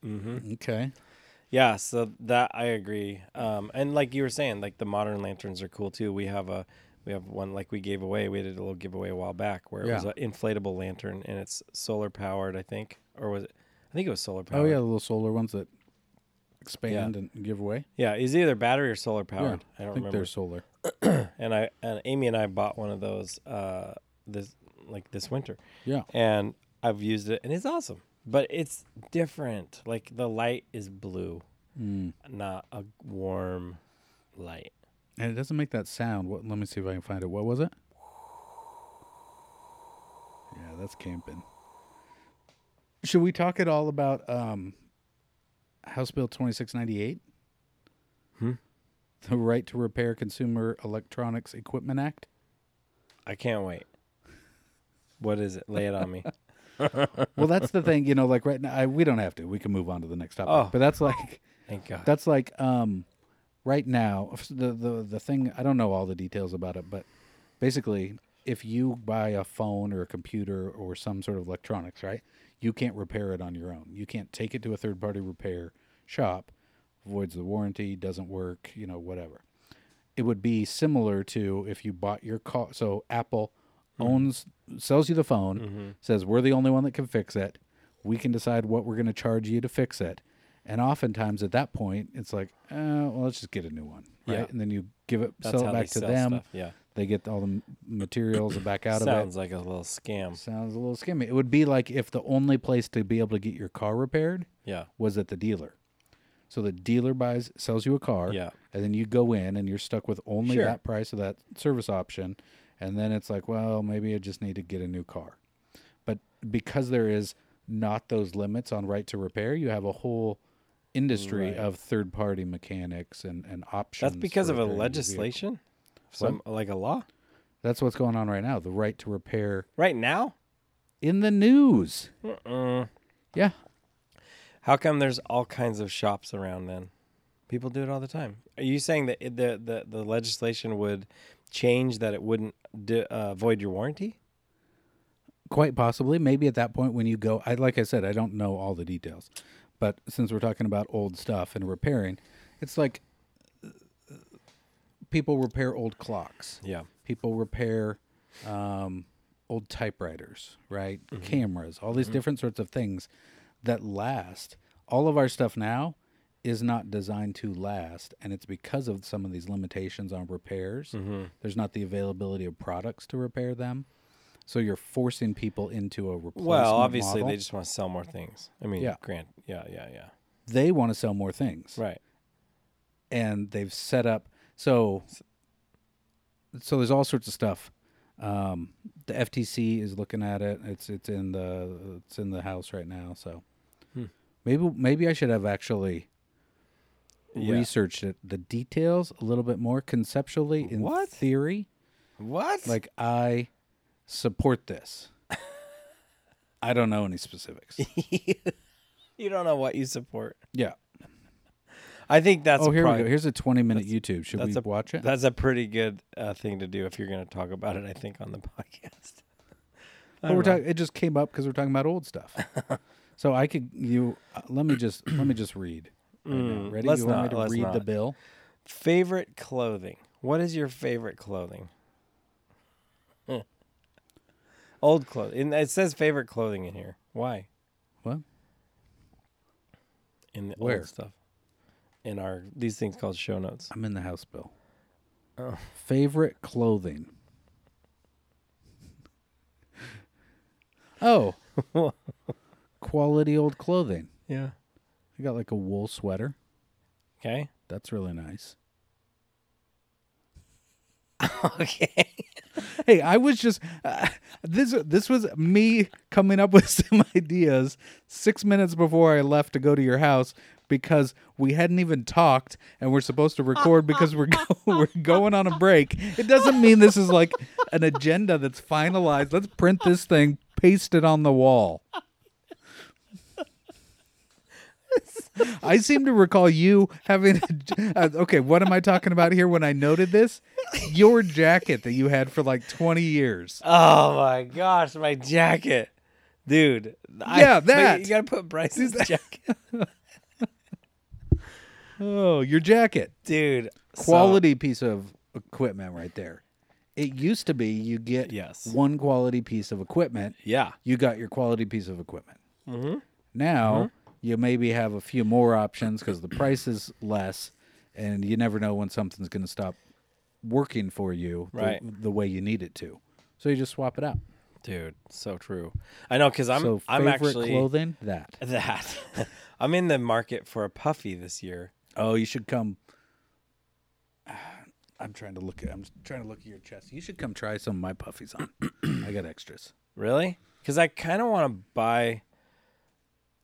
S2: Okay.
S1: Yeah, so that I agree. Um and like you were saying, like the modern lanterns are cool too. We have a we have one like we gave away. We did a little giveaway a while back where it
S2: Yeah.
S1: was an inflatable lantern and it's solar powered, I think. Or was it I think it was solar
S2: Oh
S1: powered.
S2: yeah, the little solar ones that expand and give away.
S1: Yeah, it's either battery or solar powered. I
S2: I
S1: don't
S2: think
S1: remember.
S2: they're solar.
S1: and I and Amy and I bought one of those uh this like this winter.
S2: Yeah.
S1: And I've used it and it's awesome. But it's different. Like the light is blue,
S2: Mm.
S1: not a warm light.
S2: And it doesn't make that sound. What? Let me see if I can find it. What was it? Yeah, that's camping. Should we talk at all about um, House Bill 2698? The Right to Repair Consumer Electronics Equipment Act?
S1: I can't wait. What is it? Lay it on me.
S2: Well, that's the thing, you know, like right now, I, we don't have to. We can move on to the next topic.
S1: Oh.
S2: But that's like,
S1: Thank God.
S2: That's like um, right now the, the the thing I don't know all the details about it, but basically, if you buy a phone or a computer or some sort of electronics, right, you can't repair it on your own. You can't take it to a third party repair shop. Voids the warranty, doesn't work, you know, whatever. It would be similar to if you bought your car. So Apple
S1: Mm-hmm.
S2: owns, sells you the phone, says we're the only one that can fix it. We can decide what we're going to charge you to fix it. And oftentimes at that point, it's like, uh, well, let's just get a new one, right?
S1: Yeah.
S2: And then you give it,
S1: That's
S2: sell
S1: how
S2: it
S1: they
S2: back to
S1: sell
S2: them.
S1: stuff, yeah.
S2: They get all the m- materials back out of it.
S1: Sounds like a little scam.
S2: Sounds a little skimmy. It would be like if the only place to be able to get your car repaired
S1: Yeah.
S2: was at the dealer. So the dealer buys, sells you a car,
S1: Yeah.
S2: and then you go in and you're stuck with only
S1: Sure.
S2: that price of that service option, And then it's like, well, maybe I just need to get a new car. But because there is not those limits on right to repair, you have a whole industry
S1: Right.
S2: of third party mechanics and, and options.
S1: That's because
S2: for
S1: of a
S2: repairing your vehicle.
S1: legislation, some like a law.
S2: That's what's going on right now. The right to repair
S1: Right now,
S2: in the news.
S1: Mm-mm.
S2: Yeah.
S1: how come there's all kinds of shops around? Then people do it all the time. Are you saying that it, the, the the legislation would change that it wouldn't di- uh, void your warranty?
S2: Quite possibly. Maybe at that point when you go, I like I said, I don't know all the details, but since we're talking about old stuff and repairing, it's like uh, people repair old clocks.
S1: Yeah.
S2: People repair um, old typewriters, right?
S1: Mm-hmm.
S2: Cameras, all these different sorts of things that last. All of our stuff now is not designed to last, and it's because of some of these limitations on repairs.
S1: Mm-hmm.
S2: There's not the availability of products to repair them. So you're forcing people into a replacement.
S1: Well, obviously
S2: model.
S1: they just want to sell more things. I mean,
S2: Yeah.
S1: grant, yeah, yeah, yeah.
S2: they want to sell more things.
S1: Right.
S2: and they've set up so so there's all sorts of stuff um the FTC is looking at it it's it's in the it's in the house right now so
S1: Hmm.
S2: maybe maybe I should have actually
S1: Yeah.
S2: researched it the details a little bit more conceptually in
S1: What?
S2: theory
S1: What?
S2: like I
S1: <laughs>
S2: support this I don't know any specifics
S1: you don't know what you support.
S2: yeah
S1: I think that's
S2: oh
S1: a
S2: here
S1: pro-
S2: we go here's a 20 minute YouTube should we
S1: that's a-
S2: watch it
S1: That's a pretty good uh, thing to do if you're going to talk about it. I think on the <laughs> podcast.
S2: But we're talking. It just came up because we're talking about
S1: <laughs>
S2: old stuff. so I could you uh, let me just
S1: <clears throat>
S2: let me just read. right now.
S1: Mm,
S2: Ready?
S1: let's
S2: you want
S1: not,
S2: me to
S1: let's
S2: read the
S1: not.
S2: bill?
S1: Favorite clothing. What is your favorite clothing? <laughs> Huh. Old clothing. It says favorite clothing in here. Why?
S2: What?
S1: In the
S2: Where?
S1: old stuff. In our these things called show notes.
S2: I'm in the house bill.
S1: Oh.
S2: Favorite clothing.
S1: <laughs>
S2: Oh, quality old clothing.
S1: Yeah.
S2: I got like a wool sweater.
S1: Okay. <laughs>
S2: That's really nice.
S1: Okay.
S2: Hey, I was just <laughs> uh, this. This was me coming up <laughs> with some ideas six minutes before I left to go to your house because we hadn't even talked, and we're supposed to record because we're go- <laughs> we're going on a break. It doesn't mean this is like an agenda that's finalized. Let's print this thing, paste it on the wall. I seem to recall you having. A, uh, okay, what am I talking about here? When I noted this, your jacket that you had for like twenty years.
S1: Oh my gosh, my jacket. Dude. I- <laughs>
S2: Yeah,
S1: but
S2: that.
S1: you gotta put Bryce's jacket. <laughs>
S2: Oh, your jacket.
S1: Dude. so-
S2: Quality piece of equipment right there. It used to be you get
S1: Yes.
S2: one quality piece of equipment.
S1: yeah.
S2: You got your quality piece of equipment.
S1: Mm-hmm.
S2: Now you maybe have a few more options because the price is less, and you never know when something's going to stop working for you the-
S1: Right.
S2: the, way you need it to. So you just swap it out.
S1: Dude, so true. I know because I'm
S2: so
S1: I'm
S2: favorite
S1: actually
S2: clothing that.
S1: <laughs> that. <laughs> I'm in the market for a puffy this year.
S2: Oh, you should come. <sighs> I'm trying to look at. I'm trying to look at your chest. You should come try some of my puffies on. I got extras.
S1: Really? Because I kind of want to buy.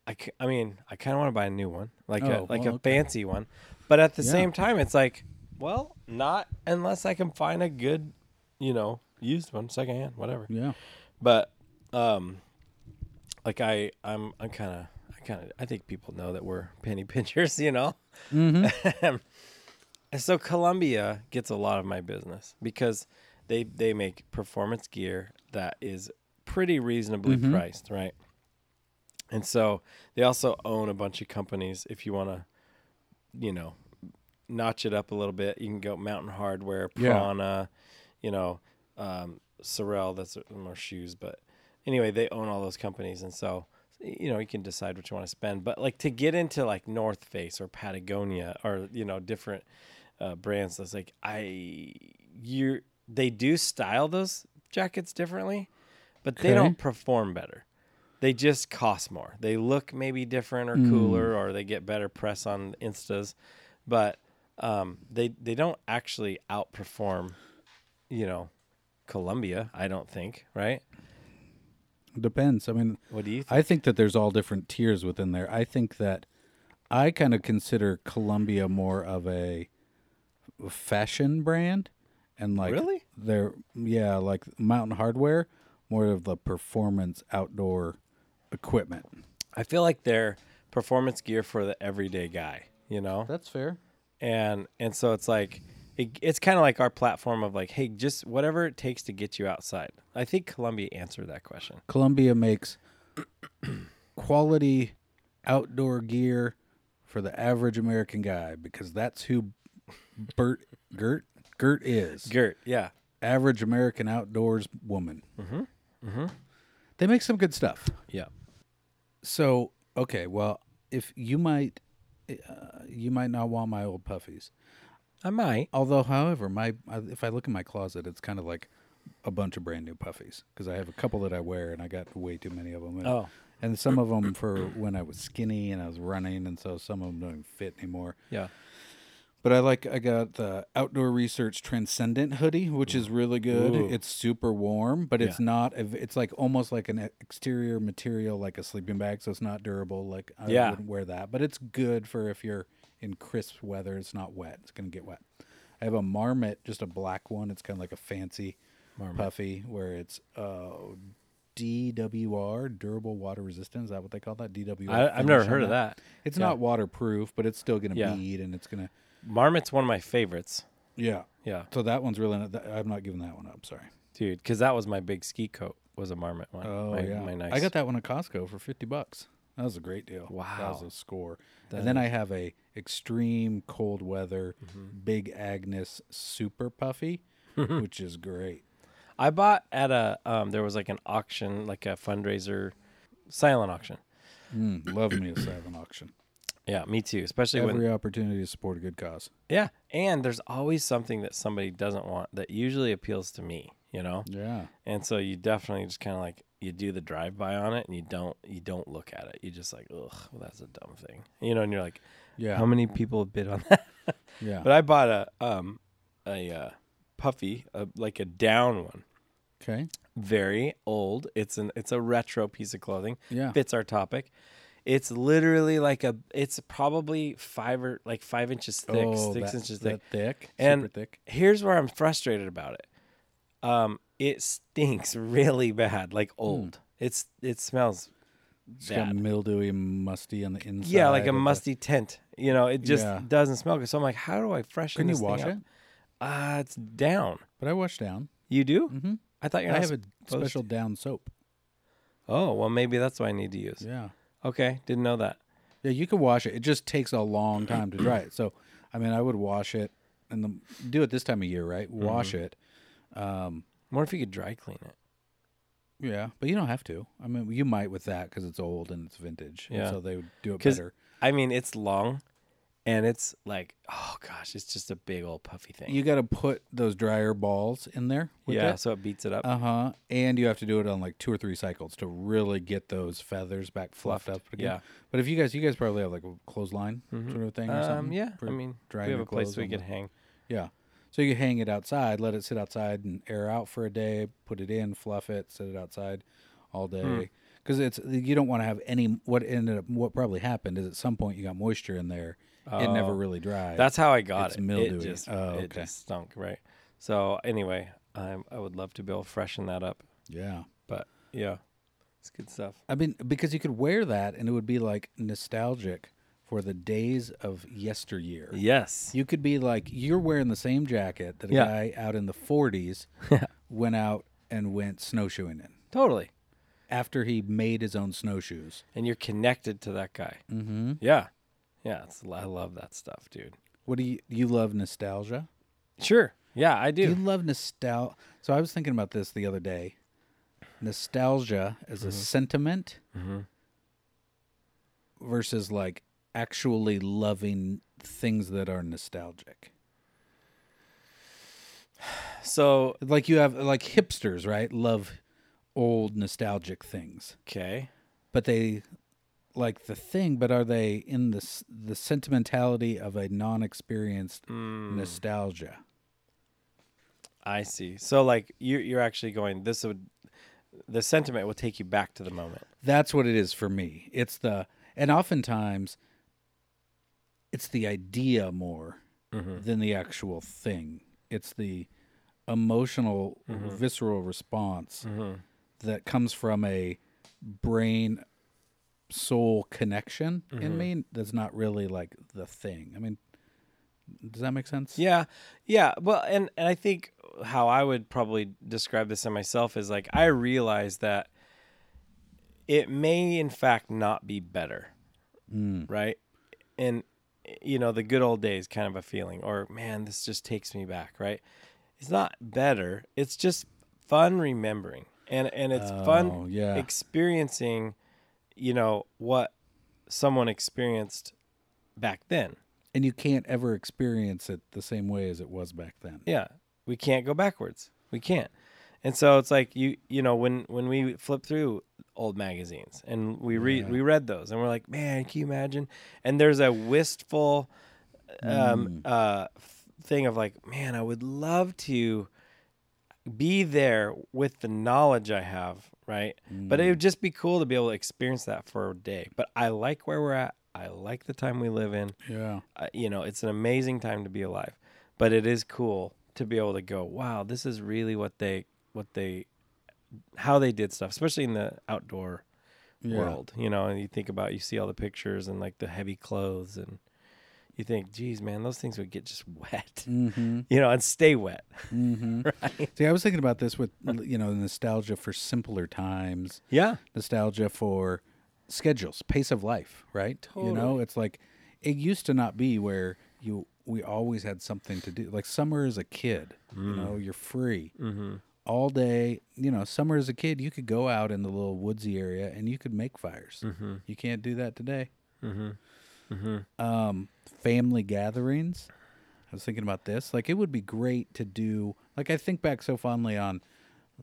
S1: I, c- I mean, I kind of want to buy a new one, like a
S2: Oh,
S1: like
S2: well,
S1: a
S2: okay.
S1: fancy one, but at the
S2: Yeah.
S1: same time, it's like, well, not unless I can find a good, you know, used one, secondhand, whatever.
S2: Yeah.
S1: But, um, like I, I'm, I'm kind of, I kind of, I think people know that we're penny <laughs> pinchers, you know. And <laughs> so Columbia gets a lot of my business because they they make performance gear that is pretty reasonably priced, right? And so they also own a bunch of companies. If you want to, you know, notch it up a little bit, you can go Mountain Hardware,
S2: Yeah.
S1: Prana, you know, um, Sorel. That's more shoes, but anyway, they own all those companies, and so you know you can decide what you want to spend. But like to get into like North Face or Patagonia or you know different uh, brands, that's like I you they do style those jackets differently, but they
S2: Okay.
S1: don't perform better they just cost more. They look maybe different or cooler, or they get better press on instas, but um, they they don't actually outperform, you know, Columbia, I don't think, right?
S2: Depends. I mean,
S1: What do you think?
S2: I think that there's all different tiers within there. I think that I kind of consider Columbia more of a fashion brand and like
S1: Really?
S2: they're yeah, like Mountain Hardware more of the performance outdoor equipment.
S1: I feel like they're performance gear for the everyday guy, you know?
S2: That's fair.
S1: and and so it's like it, it's kind of like our platform of like hey just whatever it takes to get you outside i think columbia answered that question
S2: Columbia makes quality outdoor gear for the average American guy because that's who Bert Gert Gert is.
S1: gert yeah
S2: average American outdoors woman. Mm-hmm. Mm-hmm. They make some good stuff.
S1: yeah
S2: So okay, well, if you might, uh, you might not want my old puffies.
S1: i might
S2: Although, however, my uh, if I look in my closet, it's kind of like a bunch of brand new puffies because I have a couple that I wear, and I got way too many of them. And,
S1: Oh.
S2: and some of them for when I was skinny and I was running, and so some of them don't even fit anymore.
S1: yeah
S2: But I like I got the Outdoor Research Transcendent hoodie, which is really good.
S1: Ooh.
S2: It's super warm, but it's not. a v- It's like almost like an exterior material, like a sleeping bag, so it's not durable. Like I
S1: Yeah.
S2: wouldn't wear that, but it's good for if you're in crisp weather. It's not wet. It's gonna get wet. I have a marmot, just a black one. It's kind of like a fancy puffy, where it's uh, DWR, durable water resistance. Is that what they call that? DWR.
S1: I, i've never
S2: finish on
S1: heard of that
S2: It's
S1: Yeah.
S2: not waterproof, but it's still gonna
S1: Yeah.
S2: bead, and it's gonna
S1: marmot's one of my favorites
S2: yeah.
S1: yeah
S2: So that one's really. Not, that- I'm not giving that one up. Sorry.
S1: dude because that was my big ski coat was a marmot one.
S2: Oh
S1: my,
S2: yeah,
S1: my nice
S2: I got that one at Costco for fifty bucks. That was a great deal. that was
S1: Wow.
S2: a score. and then I have a extreme cold weather
S1: Mm-hmm.
S2: Big Agnes Super
S1: <laughs>
S2: Puffy, which is great.
S1: I bought at a um there was like an auction like a fundraiser silent auction
S2: Mm, love me a silent
S1: <clears throat>
S2: auction.
S1: yeah me too especially when
S2: Every opportunity to support a good cause.
S1: Yeah. And there's always something that somebody doesn't want that usually appeals to me, you know?
S2: Yeah,
S1: And so you definitely just kind of like you do the drive by on it and you don't you don't look at it. You just like, ugh, well, that's a dumb thing. You know, and you're like,
S2: yeah,
S1: how many people bid on that? <laughs>
S2: yeah.
S1: but I bought a um a uh, puffy, a, like a down one.
S2: okay,
S1: Very old. It's an it's a retro piece of clothing.
S2: Yeah.
S1: Fits our topic. It's literally like a it's probably five or like five inches thick,
S2: Oh,
S1: six
S2: that-
S1: inches thick
S2: that thick,
S1: and
S2: super thick.
S1: here's where I'm frustrated about it. Um, it stinks really bad, like
S2: Hmm.
S1: old. It's it smells
S2: It's got
S1: bad.
S2: mildewy, and musty on the inside.
S1: Yeah, like a
S2: of the-
S1: musty tint. You know, it just
S2: Yeah.
S1: doesn't smell good. So I'm like, how do I freshen?
S2: Can you
S1: this thing
S2: wash
S1: up?
S2: it?
S1: Uh, it's down.
S2: But I wash down.
S1: You do? Mm-hmm. I thought you.
S2: I have a special down soap.
S1: Oh well, maybe that's what I need to use.
S2: Yeah.
S1: Okay, didn't know that.
S2: Yeah, you can wash it. It just takes a long time to
S1: <clears throat>
S2: dry it. So, I mean, I would wash it and the, do it this time of year, right?
S1: Mm-hmm.
S2: Wash it.
S1: What if you could dry clean it?
S2: Yeah, but you don't have to. I mean, you might with that because it's old and it's vintage. and
S1: Yeah.
S2: so they would do it
S1: Because
S2: better.
S1: I mean, it's long, and it's like, oh gosh, it's just a big old puffy thing.
S2: You got to put those dryer balls in there. With
S1: yeah,
S2: It.
S1: so it beats it up.
S2: Uh huh. And you have to do it on like two or three cycles to really get those feathers back fluffed, up again.
S1: yeah. Mm-hmm.
S2: But if you guys, you guys probably have like a clothesline sort of thing or something.
S1: Um, yeah,
S2: for
S1: I mean,
S2: drying
S1: we have
S2: your
S1: a place
S2: clothes
S1: we
S2: on
S1: could
S2: the-
S1: hang.
S2: Yeah. So you hang it outside, let it sit outside and air out for a day, put it in, fluff it, sit it outside all
S1: Hmm.
S2: day. Because it's you don't want to have any. What ended up, what probably happened is at some point you got moisture in there. it never really dried.
S1: Oh. That's how I got
S2: It's
S1: it.
S2: mildewy.
S1: It just,
S2: Oh,
S1: it
S2: okay.
S1: just stunk, right? So anyway, I I would love to be able to freshen that up,
S2: yeah.
S1: but yeah, it's good stuff.
S2: I mean, because you could wear that and it would be like nostalgic for the days of yesteryear.
S1: Yes.
S2: You could be like you're wearing the same jacket that a
S1: Yeah.
S2: guy out in
S1: <laughs>
S2: the 40s went out and went snowshoeing in
S1: Totally.
S2: after he made his own snowshoes.
S1: And you're connected to that guy. Mm-hmm. Yeah. Yeah. It's, I love that stuff, dude.
S2: What do you you love nostalgia?
S1: Sure. Yeah, I do.
S2: Do you love nostalgia? So I was thinking about this the other day. Nostalgia as a sentiment versus like actually loving things that are nostalgic.
S1: so
S2: Like you have like hipsters, right? Love old nostalgic things.
S1: okay.
S2: but they like the thing but are they in the s- the sentimentality of a non-experienced nostalgia
S1: I see. So like you you're actually going this would the sentiment will take you back to the moment.
S2: That's what it is for me. It's the and oftentimes it's the idea more than the actual thing. It's the emotional visceral response that comes from a brain soul connection in me that's not really like the thing. I mean does that make sense?
S1: Yeah. Yeah. Well, and and I think how I would probably describe this in myself is like I realize that it may in fact not be better.
S2: Mm.
S1: Right? And you know, the good old days kind of a feeling or man, this just takes me back, right? It's not better. It's just fun remembering. And and it's
S2: Oh,
S1: fun
S2: yeah.
S1: experiencing you know what someone experienced back then.
S2: And you can't ever experience it the same way as it was back then.
S1: Yeah. We can't go backwards. We can't. And so it's like you you know when when we flip through old magazines and we read we read those and we're like, "Man, can you imagine?" And there's a wistful um uh f- thing of like, "Man, I would love to be there with the knowledge I have, right? But it would just be cool to be able to experience that for a day. But I like where we're at. I like the time we live in
S2: Yeah.
S1: uh, you know, it's an amazing time to be alive. But it is cool to be able to go, wow, this is really what they what they how they did stuff, especially in the outdoor
S2: Yeah.
S1: world. You know, and you think about you see all the pictures and like the heavy clothes and you think, geez, man, those things would get just <laughs> wet.
S2: Mm-hmm.
S1: You know, and stay wet.
S2: See, I was thinking about this with you know nostalgia for simpler times,
S1: Yeah.
S2: nostalgia for schedules, pace of life, right? You know,
S1: Totally.
S2: it's like it used to not be where you we always had something to do. Like summer as a kid, you know, you're free all day. You know, summer as a kid, you could go out in the little woodsy area and you could make fires. You can't do that today. Um, family gatherings. I was thinking about this. Like, it would be great to do. Like, I think back so fondly on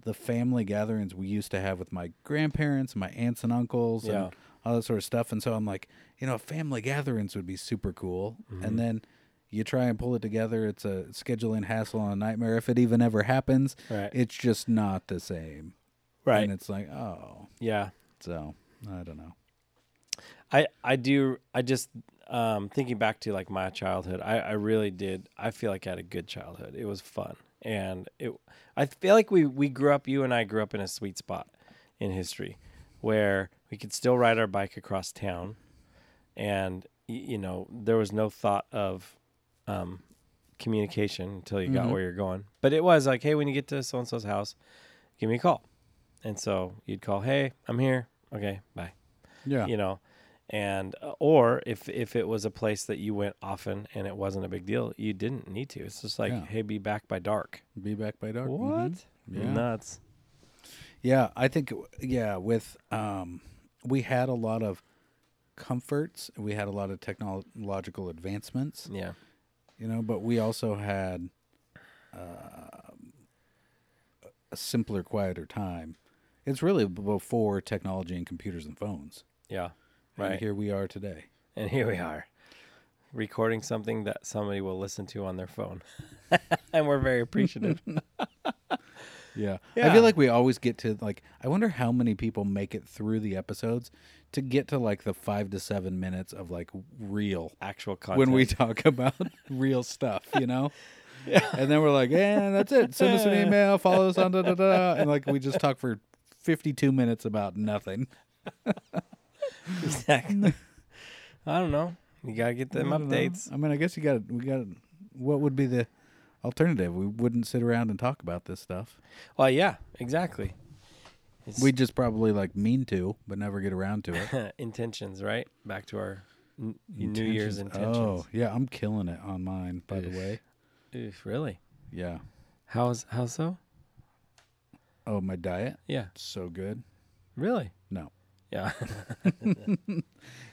S2: the family gatherings we used to have with my grandparents, my aunts and uncles,
S1: Yeah.
S2: and all that sort of stuff. And so I'm like, you know, family gatherings would be super cool.
S1: Mm-hmm.
S2: And then you try and pull it together. It's a scheduling hassle and a nightmare if it even ever happens.
S1: Right.
S2: It's just not the same.
S1: <laughs> Right.
S2: And it's like, oh,
S1: yeah.
S2: so I don't know.
S1: I I do I just um thinking back to like my childhood, I I really did I feel like I had a good childhood. It was fun. And it I feel like we we grew up you and I grew up in a sweet spot in history where we could still ride our bike across town and y- you know, there was no thought of um communication until you got where you're going. But it was like, hey, when you get to so and so's house, give me a call. And so you'd call, "Hey, I'm here." Okay, bye
S2: Yeah.
S1: you know and uh, or if if it was a place that you went often and it wasn't a big deal you didn't need to it's just like
S2: Yeah.
S1: hey be back by dark
S2: Be back by dark. Mhm. Yeah.
S1: nuts
S2: Yeah, I think yeah, with um we had a lot of comforts, we had a lot of technological advancements,
S1: yeah
S2: you know, but we also had uh, a simpler, quieter time. It's really b- before technology and computers and phones.
S1: yeah
S2: And
S1: right
S2: here we are today.
S1: and here we are recording something that somebody will listen to on their phone <laughs> and we're very
S2: <laughs>
S1: appreciative
S2: Yeah. I
S1: Yeah.
S2: feel like we always get to like I wonder how many people make it through the episodes to get to like the 5 to 7 minutes of like real
S1: actual content
S2: when
S1: <laughs>
S2: we talk about <laughs> real stuff, you know? And then we're like, yeah, that's it. Send us an email, follow us on da da
S1: <laughs>
S2: da. And like, we just talk for 52 minutes about nothing.
S1: exactly i don't know you gotta get them
S2: I don't know.
S1: updates
S2: I mean, I guess you got to, we got to, what would be the alternative? We wouldn't sit around and talk about this stuff.
S1: well yeah exactly <laughs>
S2: We'd just probably like mean to, but never get around to it.
S1: intentions right back to our n- <laughs> new year's intentions
S2: Oh, yeah. I'm killing it on mine, by the
S1: Oof.
S2: way.
S1: Oof, really
S2: Yeah.
S1: how's how so
S2: Oh, my diet.
S1: yeah
S2: So good.
S1: Really?
S2: No.
S1: Yeah. <laughs>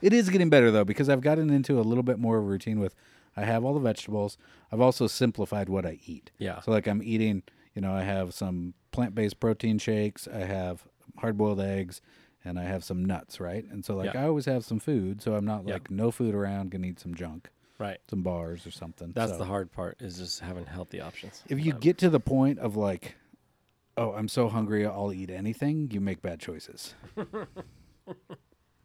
S2: It is getting better though because I've gotten into a little bit more of a routine with I have all the vegetables. I've also simplified what I eat.
S1: Yeah.
S2: So like I'm eating, you know, I have some plant-based protein shakes, I have hard-boiled eggs, and I have some nuts, right? And so like
S1: Yeah.
S2: I always have some food, so I'm not
S1: Yeah.
S2: like no food around, going to eat some junk.
S1: Right.
S2: some bars or something.
S1: That's
S2: So
S1: the hard part is just having healthy options.
S2: if you get to the point of like, oh, I'm so hungry, I'll eat anything, you make bad
S1: <laughs>
S2: choices.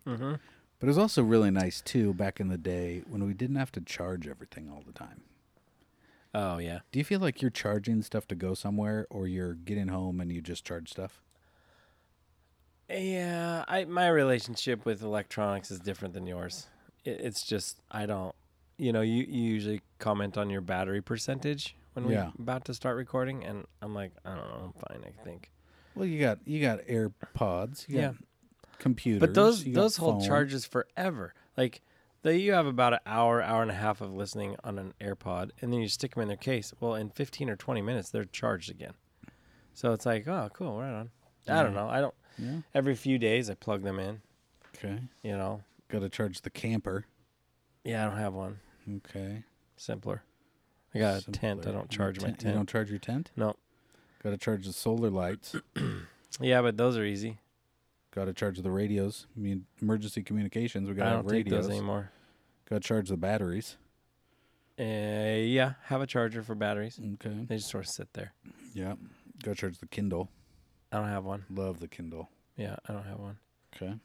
S1: Mm-hmm.
S2: But it was also really nice too back in the day when we didn't have to charge everything all the time.
S1: Oh yeah.
S2: Do you feel like you're charging stuff to go somewhere, or you're getting home and you just charge stuff?
S1: Yeah, I my relationship with electronics is different than yours. It, it's just I don't, you know, you, you usually comment on your battery percentage when we're
S2: Yeah.
S1: about to start recording, and I'm like, I don't know, I'm fine, I think.
S2: Well, you got you got AirPods, you
S1: Yeah.
S2: got computers,
S1: But those
S2: you got
S1: those hold
S2: phone.
S1: charges forever. Like, they, you have about an hour, hour and a half of listening on an AirPod, and then you stick them in their case. Well, in 15 or 20 minutes, they're charged again. So it's like, oh, cool, right on. I don't know. I don't.
S2: Yeah.
S1: Every few days, I plug them in.
S2: Okay,
S1: You know.
S2: got to charge the camper.
S1: Yeah, I don't have one.
S2: Okay,
S1: simpler. I got a tent. I
S2: Simpler.
S1: don't charge
S2: Your
S1: my
S2: You
S1: tent.
S2: don't charge your tent.
S1: no.
S2: Got to charge the solar lights.
S1: Yeah, but those are easy.
S2: got to charge the radios. I mean, emergency communications. We got
S1: I
S2: to
S1: don't
S2: have
S1: take
S2: radios.
S1: those anymore.
S2: Got to charge the batteries.
S1: Uh, yeah, have a charger for batteries.
S2: Okay.
S1: They just sort of sit there.
S2: Yeah. Got to charge the Kindle.
S1: I don't have one.
S2: Love the Kindle.
S1: Yeah, I don't have one.
S2: Okay.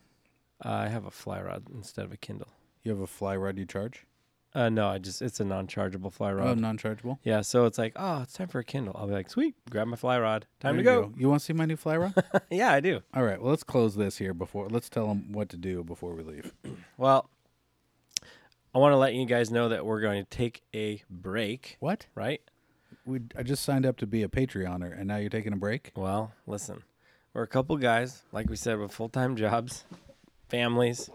S1: I have a fly rod instead of a Kindle.
S2: You have a fly rod you charge?
S1: Uh, no, I just it's a non-chargeable fly rod.
S2: Oh, non-chargeable.
S1: Yeah, so it's like, oh, it's time for a Kindle. I'll be like, sweet, grab my fly rod. Time
S2: There
S1: to
S2: you
S1: go.
S2: You want to see my
S1: <laughs>
S2: new fly rod?
S1: yeah, I do.
S2: All right. Well, let's close this here before. Let's tell them what to do before we leave.
S1: Well, I want to let you guys know that we're going to take a break,
S2: What?
S1: right?
S2: We I just signed up to be a Patreoner, and now you're taking a break.
S1: Well, listen, we're a couple guys, like we said, with full time jobs, families.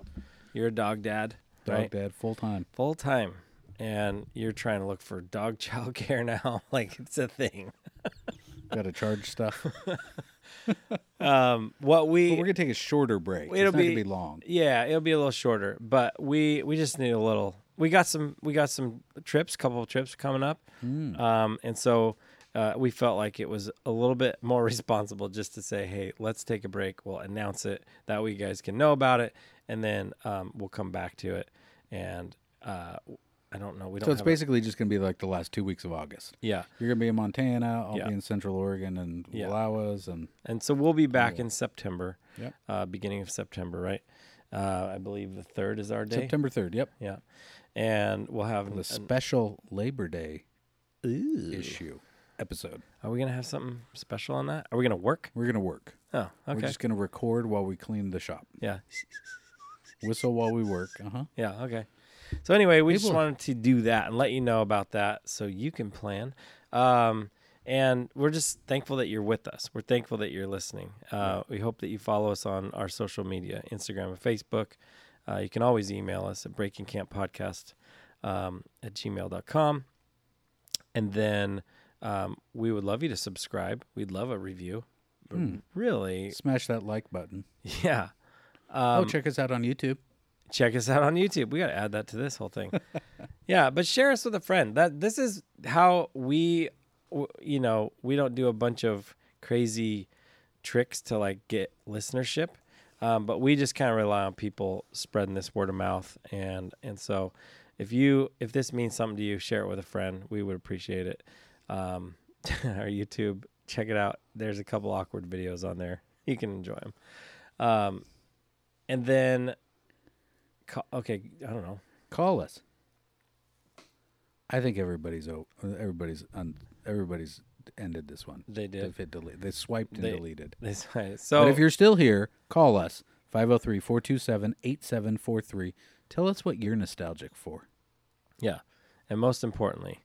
S1: You're a dog dad,
S2: Dog
S1: right?
S2: dad full time.
S1: Full time. And you're trying to look for dog <laughs> child care now. <laughs> like it's a thing. <laughs>
S2: Got to charge stuff. But
S1: Um, what
S2: we're
S1: we,
S2: gonna take a shorter break.
S1: It'll
S2: it's not gonna
S1: be-
S2: be long.
S1: yeah, it'll be a little shorter, but we, we just need a little, we got some, we got some trips, couple of trips coming up.
S2: Hmm.
S1: Um, and so, uh, we felt like it was a little bit more <laughs> responsible just to say, hey, let's take a break. We'll announce it. That way you guys can know about it. And then um, we'll come back to it. And uh, I don't know. We don't
S2: So it's
S1: have a-
S2: basically just gonna be like the last two weeks of August.
S1: yeah.
S2: You're gonna be in Montana. I'll
S1: Yeah.
S2: be in Central Oregon and
S1: Yeah.
S2: Alawas, and
S1: And so we'll be back in September,
S2: Oh, Yep.
S1: uh, beginning of September, right? Uh, I believe the 3rd is our day.
S2: September third. Yep,
S1: Yeah. And we'll have.
S2: the
S1: an-
S2: special Labor Day
S1: Ooh.
S2: issue episode.
S1: Are we going to have something special on that? Are we going to work?
S2: We're gonna work.
S1: Oh, okay.
S2: We're just gonna record while we clean the shop.
S1: Yeah.
S2: Whistle while we work. Uh huh.
S1: Yeah, okay. So anyway, we just
S2: People-
S1: wanted to do that and let you know about that so you can plan. Um, and we're just thankful that you're with us. We're thankful that you're listening. Uh, we hope that you follow us on our social media, Instagram and Facebook. Uh, you can always email us at breakingcamppodcast um, at gmail.com. And then um, we would love you to subscribe. We'd love a review.
S2: Hmm.
S1: Really?
S2: Smash that like button.
S1: Yeah. Um,
S2: oh, check us out on YouTube.
S1: check us out on YouTube. We got to add that to this whole thing. yeah, but share us with a friend. That this is how we, w- you know, we don't do a bunch of crazy tricks to like get listenership, um, but we just kind of rely on people spreading this word of mouth. And and so, if you if this means something to you, share it with a friend. We would appreciate it. Um, <laughs> our YouTube, check it out. There's a couple awkward videos on there. You can enjoy them. Um, and then Ca- okay, I don't know. <laughs>
S2: Call us. I think everybody's o- everybody's un- everybody's ended this one.
S1: They did.
S2: They've hit delete. They swiped and
S1: They-
S2: deleted.
S1: This so
S2: but if you're still here, call us 503-427-8743. Tell us what you're nostalgic for.
S1: yeah, and most importantly,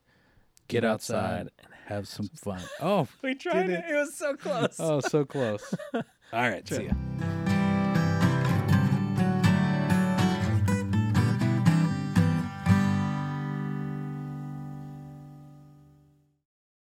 S1: get, outside.
S2: and have <laughs> some fun. Oh,
S1: We tried it. It was so close.
S2: <laughs> oh, so close. All right, see ya.